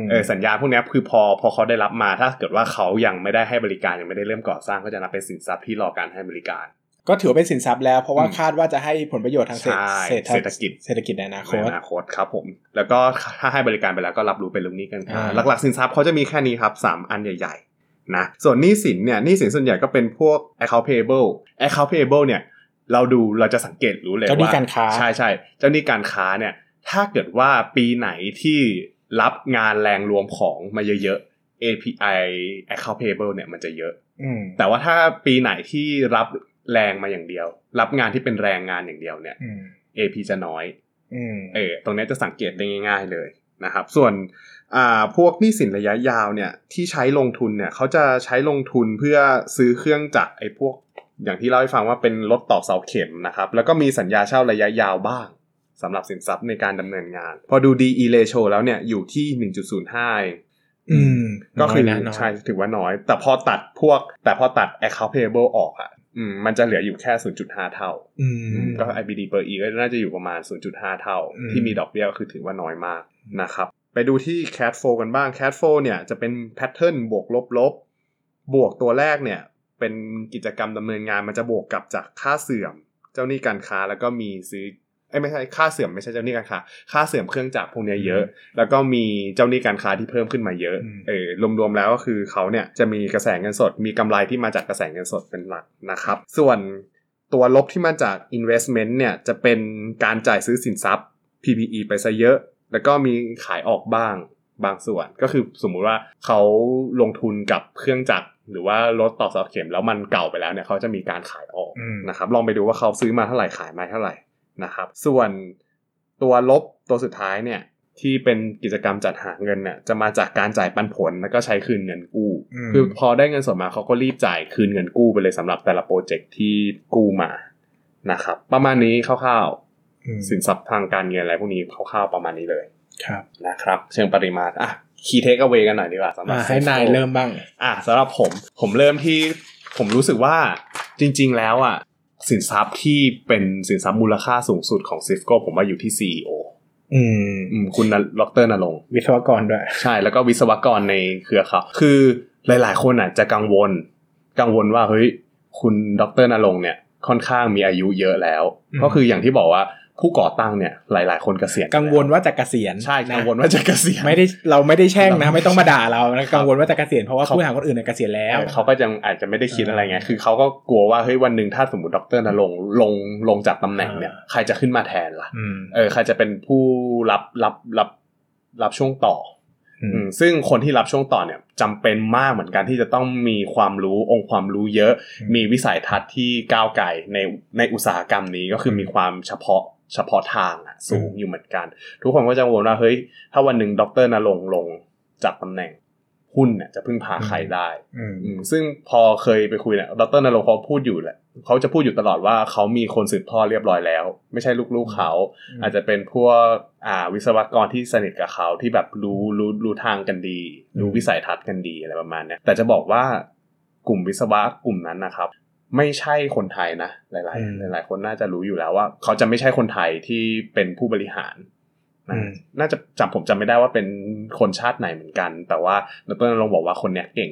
Speaker 2: ม
Speaker 3: เออสัญญาพวกเนี้ยคือพอพอเขาได้รับมาถ้าเกิดว่าเขายังไม่ได้ให้บริการยังไม่ได้เริ่มก่อสร้างก็จะนับเป็นสินทรัพย์ที่รอการให้บริการ
Speaker 2: ก็ถือว่าเป็นสินทรัพย์แล้วเพราะว่า
Speaker 3: อืม
Speaker 2: คาดว่าจะให้ผลประโยชน์ทางเศรษฐ
Speaker 3: ใช่
Speaker 2: เศรษฐ
Speaker 3: เศรษฐกิจ
Speaker 2: เศรษฐกิจในอนาค
Speaker 3: ใน
Speaker 2: ต
Speaker 3: อนาคตครับผม แล้วก็ถ้าให้บริการไปแล้วก็รับรู้เป็นลูกหนี้กันค่ะ
Speaker 2: อ่า
Speaker 3: หลักๆสินทรัพย์เขาจะมีแค่นี้ครับ 3 อันใหญ่ๆนะส่วนหนี้สินเนี่ยหนี้สินส่วนใหญ่ก็เป็นพวก account payable account payable เนี่ยเราดูเราจะสังเกตรู้เลย
Speaker 2: เจ้าหนี้
Speaker 3: ว่า
Speaker 2: การค้า
Speaker 3: ใช่ใช่เจ้าหนี้การค้าเนี่ย ถ้าเกิดว่าปีไหนที่รับงานแรงรวมของมาเยอะๆ API account payable เนี่ยมันจะเยอะ
Speaker 2: อืม
Speaker 3: แต่ว่าถ้าปีไหนที่รับแรงมาอย่างเดียว รับงานที่เป็นแรงงานอย่างเดียวเนี่ย
Speaker 2: อืม
Speaker 3: AP จะน้อย
Speaker 2: อืม
Speaker 3: เออ ตรงเนี้ยจะสังเกตได้ง่าย ๆเลยนะครับ ส่วนอ่าพวกหนี้สินระยะยาวเนี่ยที่ใช้ลงทุนเนี่ยเขาจะใช้ลงทุนเพื่อซื้อเครื่องจักรไอ้พวก อย่างที่เล่าให้ฟังว่าเป็นรถตอกเสาเข็มนะครับ แล้วก็มีสัญญาเช่าระยะยาวบ้างสำหรับสินทรัพย์ในการดำเนินงาน พอดู DE ratio แล้วเนี่ยอยู่ที่ 1.05เอง
Speaker 2: อืม
Speaker 3: ก็คือ
Speaker 2: น้ยนะน้ย
Speaker 3: ใช่ถือว่าน้อย แต่พอตัดพวก แต่พอตัด account payable ออกอ่ะอืมมันจะเหลืออยู่แค่ 0.5 เท่า
Speaker 2: อืม
Speaker 3: ก็ IBD per E ก็น่าจะอยู่ประมาณ 0.5 เท่า
Speaker 2: อืม
Speaker 3: ที่มีดอกเบี้ยก็คือถือว่าน้อยมากนะครับ ไปดูที่ Cat f o กันบ้าง Cat f o เนี่ยจะเป็นแพทเทิร์นบวกลบลบ บวกตัวแรกเนี่ย เป็นกิจกรรมดำเนินงานมันจะบวกกับจากค่าเสื่อม เจ้าหนี้การค้าแล้วก็มีซื้อเอ้ยไม่ใช่ค่าเสื่อมไม่ใช่เจ้าหนี้การค้า ค่าเสื่อมเครื่องจักรพวกเนี้ยเยอะ แล้วก็มีเจ้าหนี้การค้าที่เพิ่มขึ้นมาเยอะ
Speaker 2: อืม
Speaker 3: เออรวมๆแล้วก็คือเขาเนี่ยจะมีกระแสเงินสด มีกำไรที่มาจากกระแสเงินสดเป็นหลักนะครับ ส่วนตัวลบที่มาจาก investment เนี่ยจะเป็นการจ่ายซื้อสินทรัพย์ PPE ไปซะเยอะ แล้วก็มีขายออกบ้าง บางส่วน ก็คือสมมุติว่าเขาลงทุนกับเครื่องจักรหรือว่ารถต่อเสาเข็มแล้วมันเก่าไปแล้วเนี่ยเขาจะมีการขายออก
Speaker 2: อืม
Speaker 3: นะครับลองไปดูว่าเขาซื้อมาเท่าไหร่ขายมาเท่าไหร่นะครับส่วนตัวลบตัวสุดท้ายเนี่ยที่เป็นกิจกรรมจัดหาเงินเนี่ยจะมาจากการจ่ายปันผลแล้วก็ใช้คืนเงินกู้
Speaker 2: อืม
Speaker 3: คือพอได้เงินสดมาเขาก็รีบจ่ายคืนเงินกู้ไปเลยสำหรับแต่ละโปรเจกต์ที่กู้มานะครับประมาณนี้คร่าว
Speaker 2: อืม
Speaker 3: ๆ สินทรัพย์ทางการเงินอะไรพวกนี้คร่าวๆประมาณนี้เลย
Speaker 2: ครับ
Speaker 3: นะครับเชิงปริมาตรอ่ะคีเทคเอาไวกันหน่อยดีกว่าสำหรับ
Speaker 2: อ่ะให้นายเริ่มบ้าง
Speaker 3: อ่ะสำหรับผมผมเริ่มที่ผมรู้สึกว่าจริง ๆ แล้วอ่ะสินทรัพย์ที่เป็นสินทรัพย์มูลค่าสูงสุดของซิฟโก้ผมว่าอยู่ที่ CEO
Speaker 2: อืม
Speaker 3: อืมคุณดรนรงค์
Speaker 2: วิศวกรด้วย
Speaker 3: ใช่แล้วก็วิศวกรในเครือเขาคือหลาย ๆ คนอ่ะจะกังวล กังวลว่าเฮ้ยคุณดรนรงค์เนี่ยค่อนข้างมีอายุเยอะแล้ว
Speaker 2: อืม
Speaker 3: ก็คืออย่างที่บอกว่าผู้ก่อตั้งเนี่ยหลาย ๆ คนเกษียณ
Speaker 2: กังวลว่าจะเกษียณ
Speaker 3: ใช่
Speaker 2: นะ
Speaker 3: กังวลว่าจะเกษียณ
Speaker 2: ไม่ได้เราไม่ได้แช่ง
Speaker 3: ครั
Speaker 2: นะ
Speaker 3: บ
Speaker 2: ไม่ต้องมาด่าเรานะกังวลว่าจะเกษียณเพราะว่า
Speaker 3: เขา
Speaker 2: ผู้หาคนอื่นนะเกษียณแล้ว
Speaker 3: เขาก็ยังอาจจะไม่ได้คิดอะไรไงคือเขาก็กลัวว่าเฮ้ยวันหนึ่งถ้าสมมติดรนรงค์ลงลงจากตำแหน่งเนี่ยใครจะขึ้นมาแทนล่ะ
Speaker 2: อืม
Speaker 3: เออใครจะเป็นผู้รับรับรับรับช่วงต่อ
Speaker 2: อื
Speaker 3: อื
Speaker 2: ม
Speaker 3: มซึ่งคนที่รับช่วงต่อเนี่ยจำเป็นมากเหมือนกันที่จะต้องมีความรู้องค์ความรู้เยอะ มีวิสัยทัศน์ที่ก้าวไกลในในอุตสาหกรรมนี้ก็คือมีความเฉพาะเฉพาะทางอะสูงอยู่เหมือนกัน ทุกคนก็จะกังวลว่าเฮ้ยถ้าวันหนึ่งดรนรงค์ลงจากตำแหน่งหุ้นเนี่ยจะพึ่งพาใครได้
Speaker 2: อืม
Speaker 3: อืมซึ่งพอเคยไปคุยเนี่ยดรนรงค์เขาพูดอยู่แหละเขาจะพูดอยู่ตลอดว่าเขามีคนสืบทอดเรียบร้อยแล้ว ไม่ใช่ลูกๆเขา อาจจะเป็นพวกอ่าวิศวกรที่สนิทกับเขาที่แบบรู้รู้รู้ทางกันดี รู้วิสัยทัศน์กันดีอะไรประมาณเนี้ยแต่จะบอกว่ากลุ่มวิศวะกลุ่มนั้นนะครับ ไม่ใช่คนไทยนะ หลายๆหลาย ๆ คนน่าจะรู้อยู่แล้วว่า เขาจะไม่ใช่คนไทยที่เป็นผู้บริหารนะน่าจะจำผมจำไม่ได้ว่าเป็นคนชาติไหนเหมือนกัน แต่ว่าดรนรงค์บอกว่าคนเนี้ยเก่ง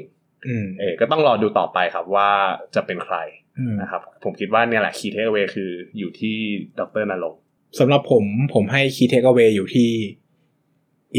Speaker 2: อืม
Speaker 3: เออก็ต้องรอดูต่อไปครับว่าจะเป็นใคร
Speaker 2: อืม
Speaker 3: นะครับ ผมคิดว่าเนี่ยแหละคีเทเวคืออยู่ที่ดรนรงค์
Speaker 2: สำหรับผมผมให้ Key Takeaway อยู่ที่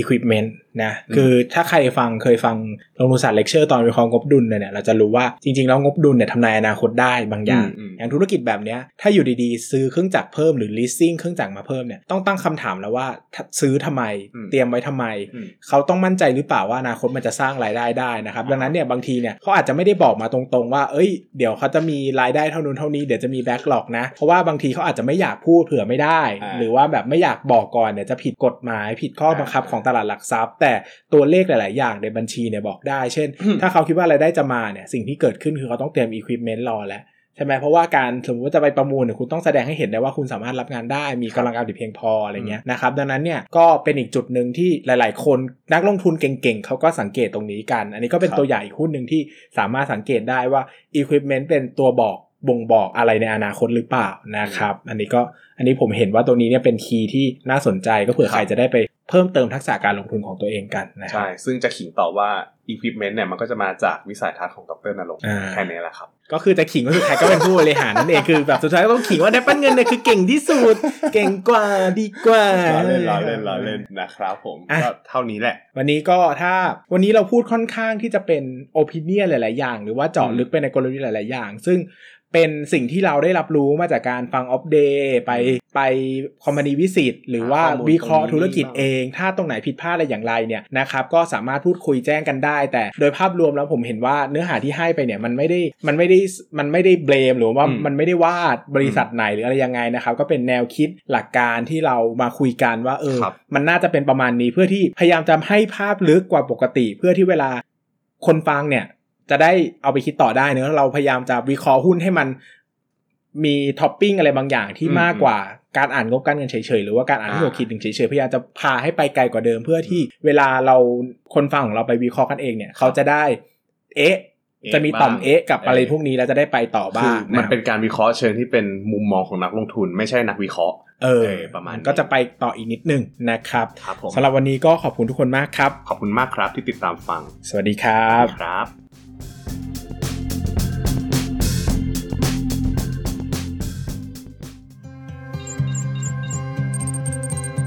Speaker 2: Equipment นะ
Speaker 3: อืม
Speaker 2: คือถ้าใครฟังเคยฟังลงทุนศาสตร์เลคเชอร์ตอนวิเคราะห์งบดุลเนี่ยเนี่ยเราจะรู้ว่าจริงๆ แล้วงบดุลเนี่ยทำนายอนาคตได้บางอย่าง
Speaker 3: ม
Speaker 2: อย่างธุรกิจแบบเนี้ยถ้าอยู่ดีๆ ซื้อเครื่องจักรเพิ่มหรือ leasing เครื่องจักรมาเพิ่มเนี่ยต้องตั้งคำถามแล้วว่าถ้าซื้อทำไม เตรียมไว้ทำไม
Speaker 3: อืม
Speaker 2: เขาต้องมั่นใจหรือเปล่าว่าอนาคตมันจะสร้างรายได้ได้นะครับ ดังนั้นเนี่ยบางทีเนี่ยเขาอาจจะไม่ได้บอกมาตรงๆว่า เอ้ยเดี๋ยวเขาจะมีรายได้เท่านู้นเท่านี้เดี๋ยวจะมีแบ็กหลอกนะเพราะว่าบางทีเขาอาจจะไม่อยากพูดเผื่อไม่ได้
Speaker 3: อ่า
Speaker 2: หรือว่าแบบไม่อยากบอกก่อนเนี่ยจะผิดกฎหมาย ผิดข้อบังคับ
Speaker 3: อ่า
Speaker 2: ของตลาดหลักทรัพย์ แต่ตัวเลขหลาย ๆ อย่างในบัญชีเนี่ยบอกได้ เช่น
Speaker 3: อืม
Speaker 2: ถ้าเขาคิดว่ารายได้จะมาเนี่ยสิ่งที่เกิดขึ้นคือเขาต้องเตรียมอุปกรณ์รอแล้วใช่ไหมเพราะว่าการสมมติว่าจะไปประมูลเนี่ยคุณต้องแสดงให้เห็นได้ว่าคุณสามารถรับงานได้มีกำลังการผลิตเพียงพออะไรเงี้ยนะครับดังนั้นเนี่ยก็เป็นอีกจุดหนึ่งที่หลาย ๆ คนนักลงทุนเก่ง ๆเขาก็สังเกตตรงนี้กัน อันนี้ก็เป็น
Speaker 3: ครับ
Speaker 2: ตัวอย่างอีกหุ้นหนึ่งที่สามารถสังเกตได้ว่า Equipment เป็นตัวบอกบ่งบอกอะไรในอนาคตหรือเปล่านะครับ อันนี้ก็อันนี้ผมเห็นว่าตัวนี้เนี่ยเป็นคีย์ที่น่าสนใจก็เผื่อ
Speaker 3: ครับ
Speaker 2: ใครจะได้ไปเพิ่มเติมทักษะการลงทุนของตัวเองกันนะครั
Speaker 3: ใช่
Speaker 2: บ
Speaker 3: ซึ่งจะขิงต่อว่า equipment เนี่ยมันก็จะมาจากวิสัยทัศน์ของดรนรงค์
Speaker 2: อ่า
Speaker 3: แค่นี้แหละครับ
Speaker 2: ก็คือจะขิงก็คือใครก็เป็นผู้บริหารนั่นเองคือแบบสุดท้ายก็ต้องขิงว่าได้ปั้นเงินเนี่ยคือเก่งที่สุด เก่งกว่าดีกว่า
Speaker 3: ล้อเล่นล้อเล่นล้อเล่นนะครับผม
Speaker 2: อ่ะ
Speaker 3: ก็เท่านี้แหละ
Speaker 2: วันนี้ก็ถ้าวันนี้เราพูดค่อนข้างที่จะเป็นโอปิเนียหลาย ๆ อย่าง หรือว่าเจาะลึกไปในกลยุทธ์หลาย ๆ อย่าง ซึ่งเป็นสิ่งที่เราได้รับรู้มาจากการฟังออฟเดย์ไปไปคอมพานีวิสิตหรือว่า
Speaker 3: หาข้อมูล
Speaker 2: วิเคราะห์ธุรกิจ
Speaker 3: ตรงนี้
Speaker 2: เอง ถ้าตรงไหนผิดพลาดอะไรอย่างไรเนี่ยนะครับก็สามารถพูดคุยแจ้งกันได้ แต่โดยภาพรวมแล้วผมเห็นว่าเนื้อหาที่ให้ไปเนี่ยมันไม่ได้มันไม่ได้มันไม่ได้เบลมหรือว่า
Speaker 3: อืม
Speaker 2: มันไม่ได้วาดบริษัทไหนหรืออะไรยังไงนะครับก็เป็นแนวคิดหลักการที่เรามาคุยกันว่าเออ
Speaker 3: ครับ
Speaker 2: มันน่าจะเป็นประมาณนี้เพื่อที่พยายามจะให้ภาพลึกกว่าปกติ เพื่อที่เวลาคนฟังเนี่ย จะได้เอาไปคิดต่อได้เนอะเราพยายามจะวิเคราะห์หุ้นให้มันมีท็อปปิ้งอะไรบางอย่างที่
Speaker 3: อืม
Speaker 2: มากกว่าการอ่านงบการเงินเฉยๆหรือว่าการอ่านที่
Speaker 3: อ่า
Speaker 2: เราคิดถึงเฉยๆพยายามจะพาให้ไปไกลกว่าเดิม เพื่อที่เวลาเราคนฟังของเราไปวิเคราะห์กันเองเนี่ย เขาจะได้ เอ๊ะ จะมีต่อมเอ๊ะกับอะไรพวกนี้แล้วจะได้ไปต่อ
Speaker 3: คื
Speaker 2: บ้า
Speaker 3: อง มันะ เป็นการวิเคราะห์เชิงที่เป็นมุมมองของนักลงทุนไม่ใช่นักวิเคราะห์
Speaker 2: เออ
Speaker 3: เออประมาณนี้
Speaker 2: ก็จะไปต่ออีกนิดนึงนะครับ
Speaker 3: ครับผม
Speaker 2: สำหรับวันนี้ก็ขอบคุณทุกคนมากครับ
Speaker 3: ขอบคุณมากครับที่ติดตามฟัง
Speaker 2: สวัสดีครับ
Speaker 3: ครับ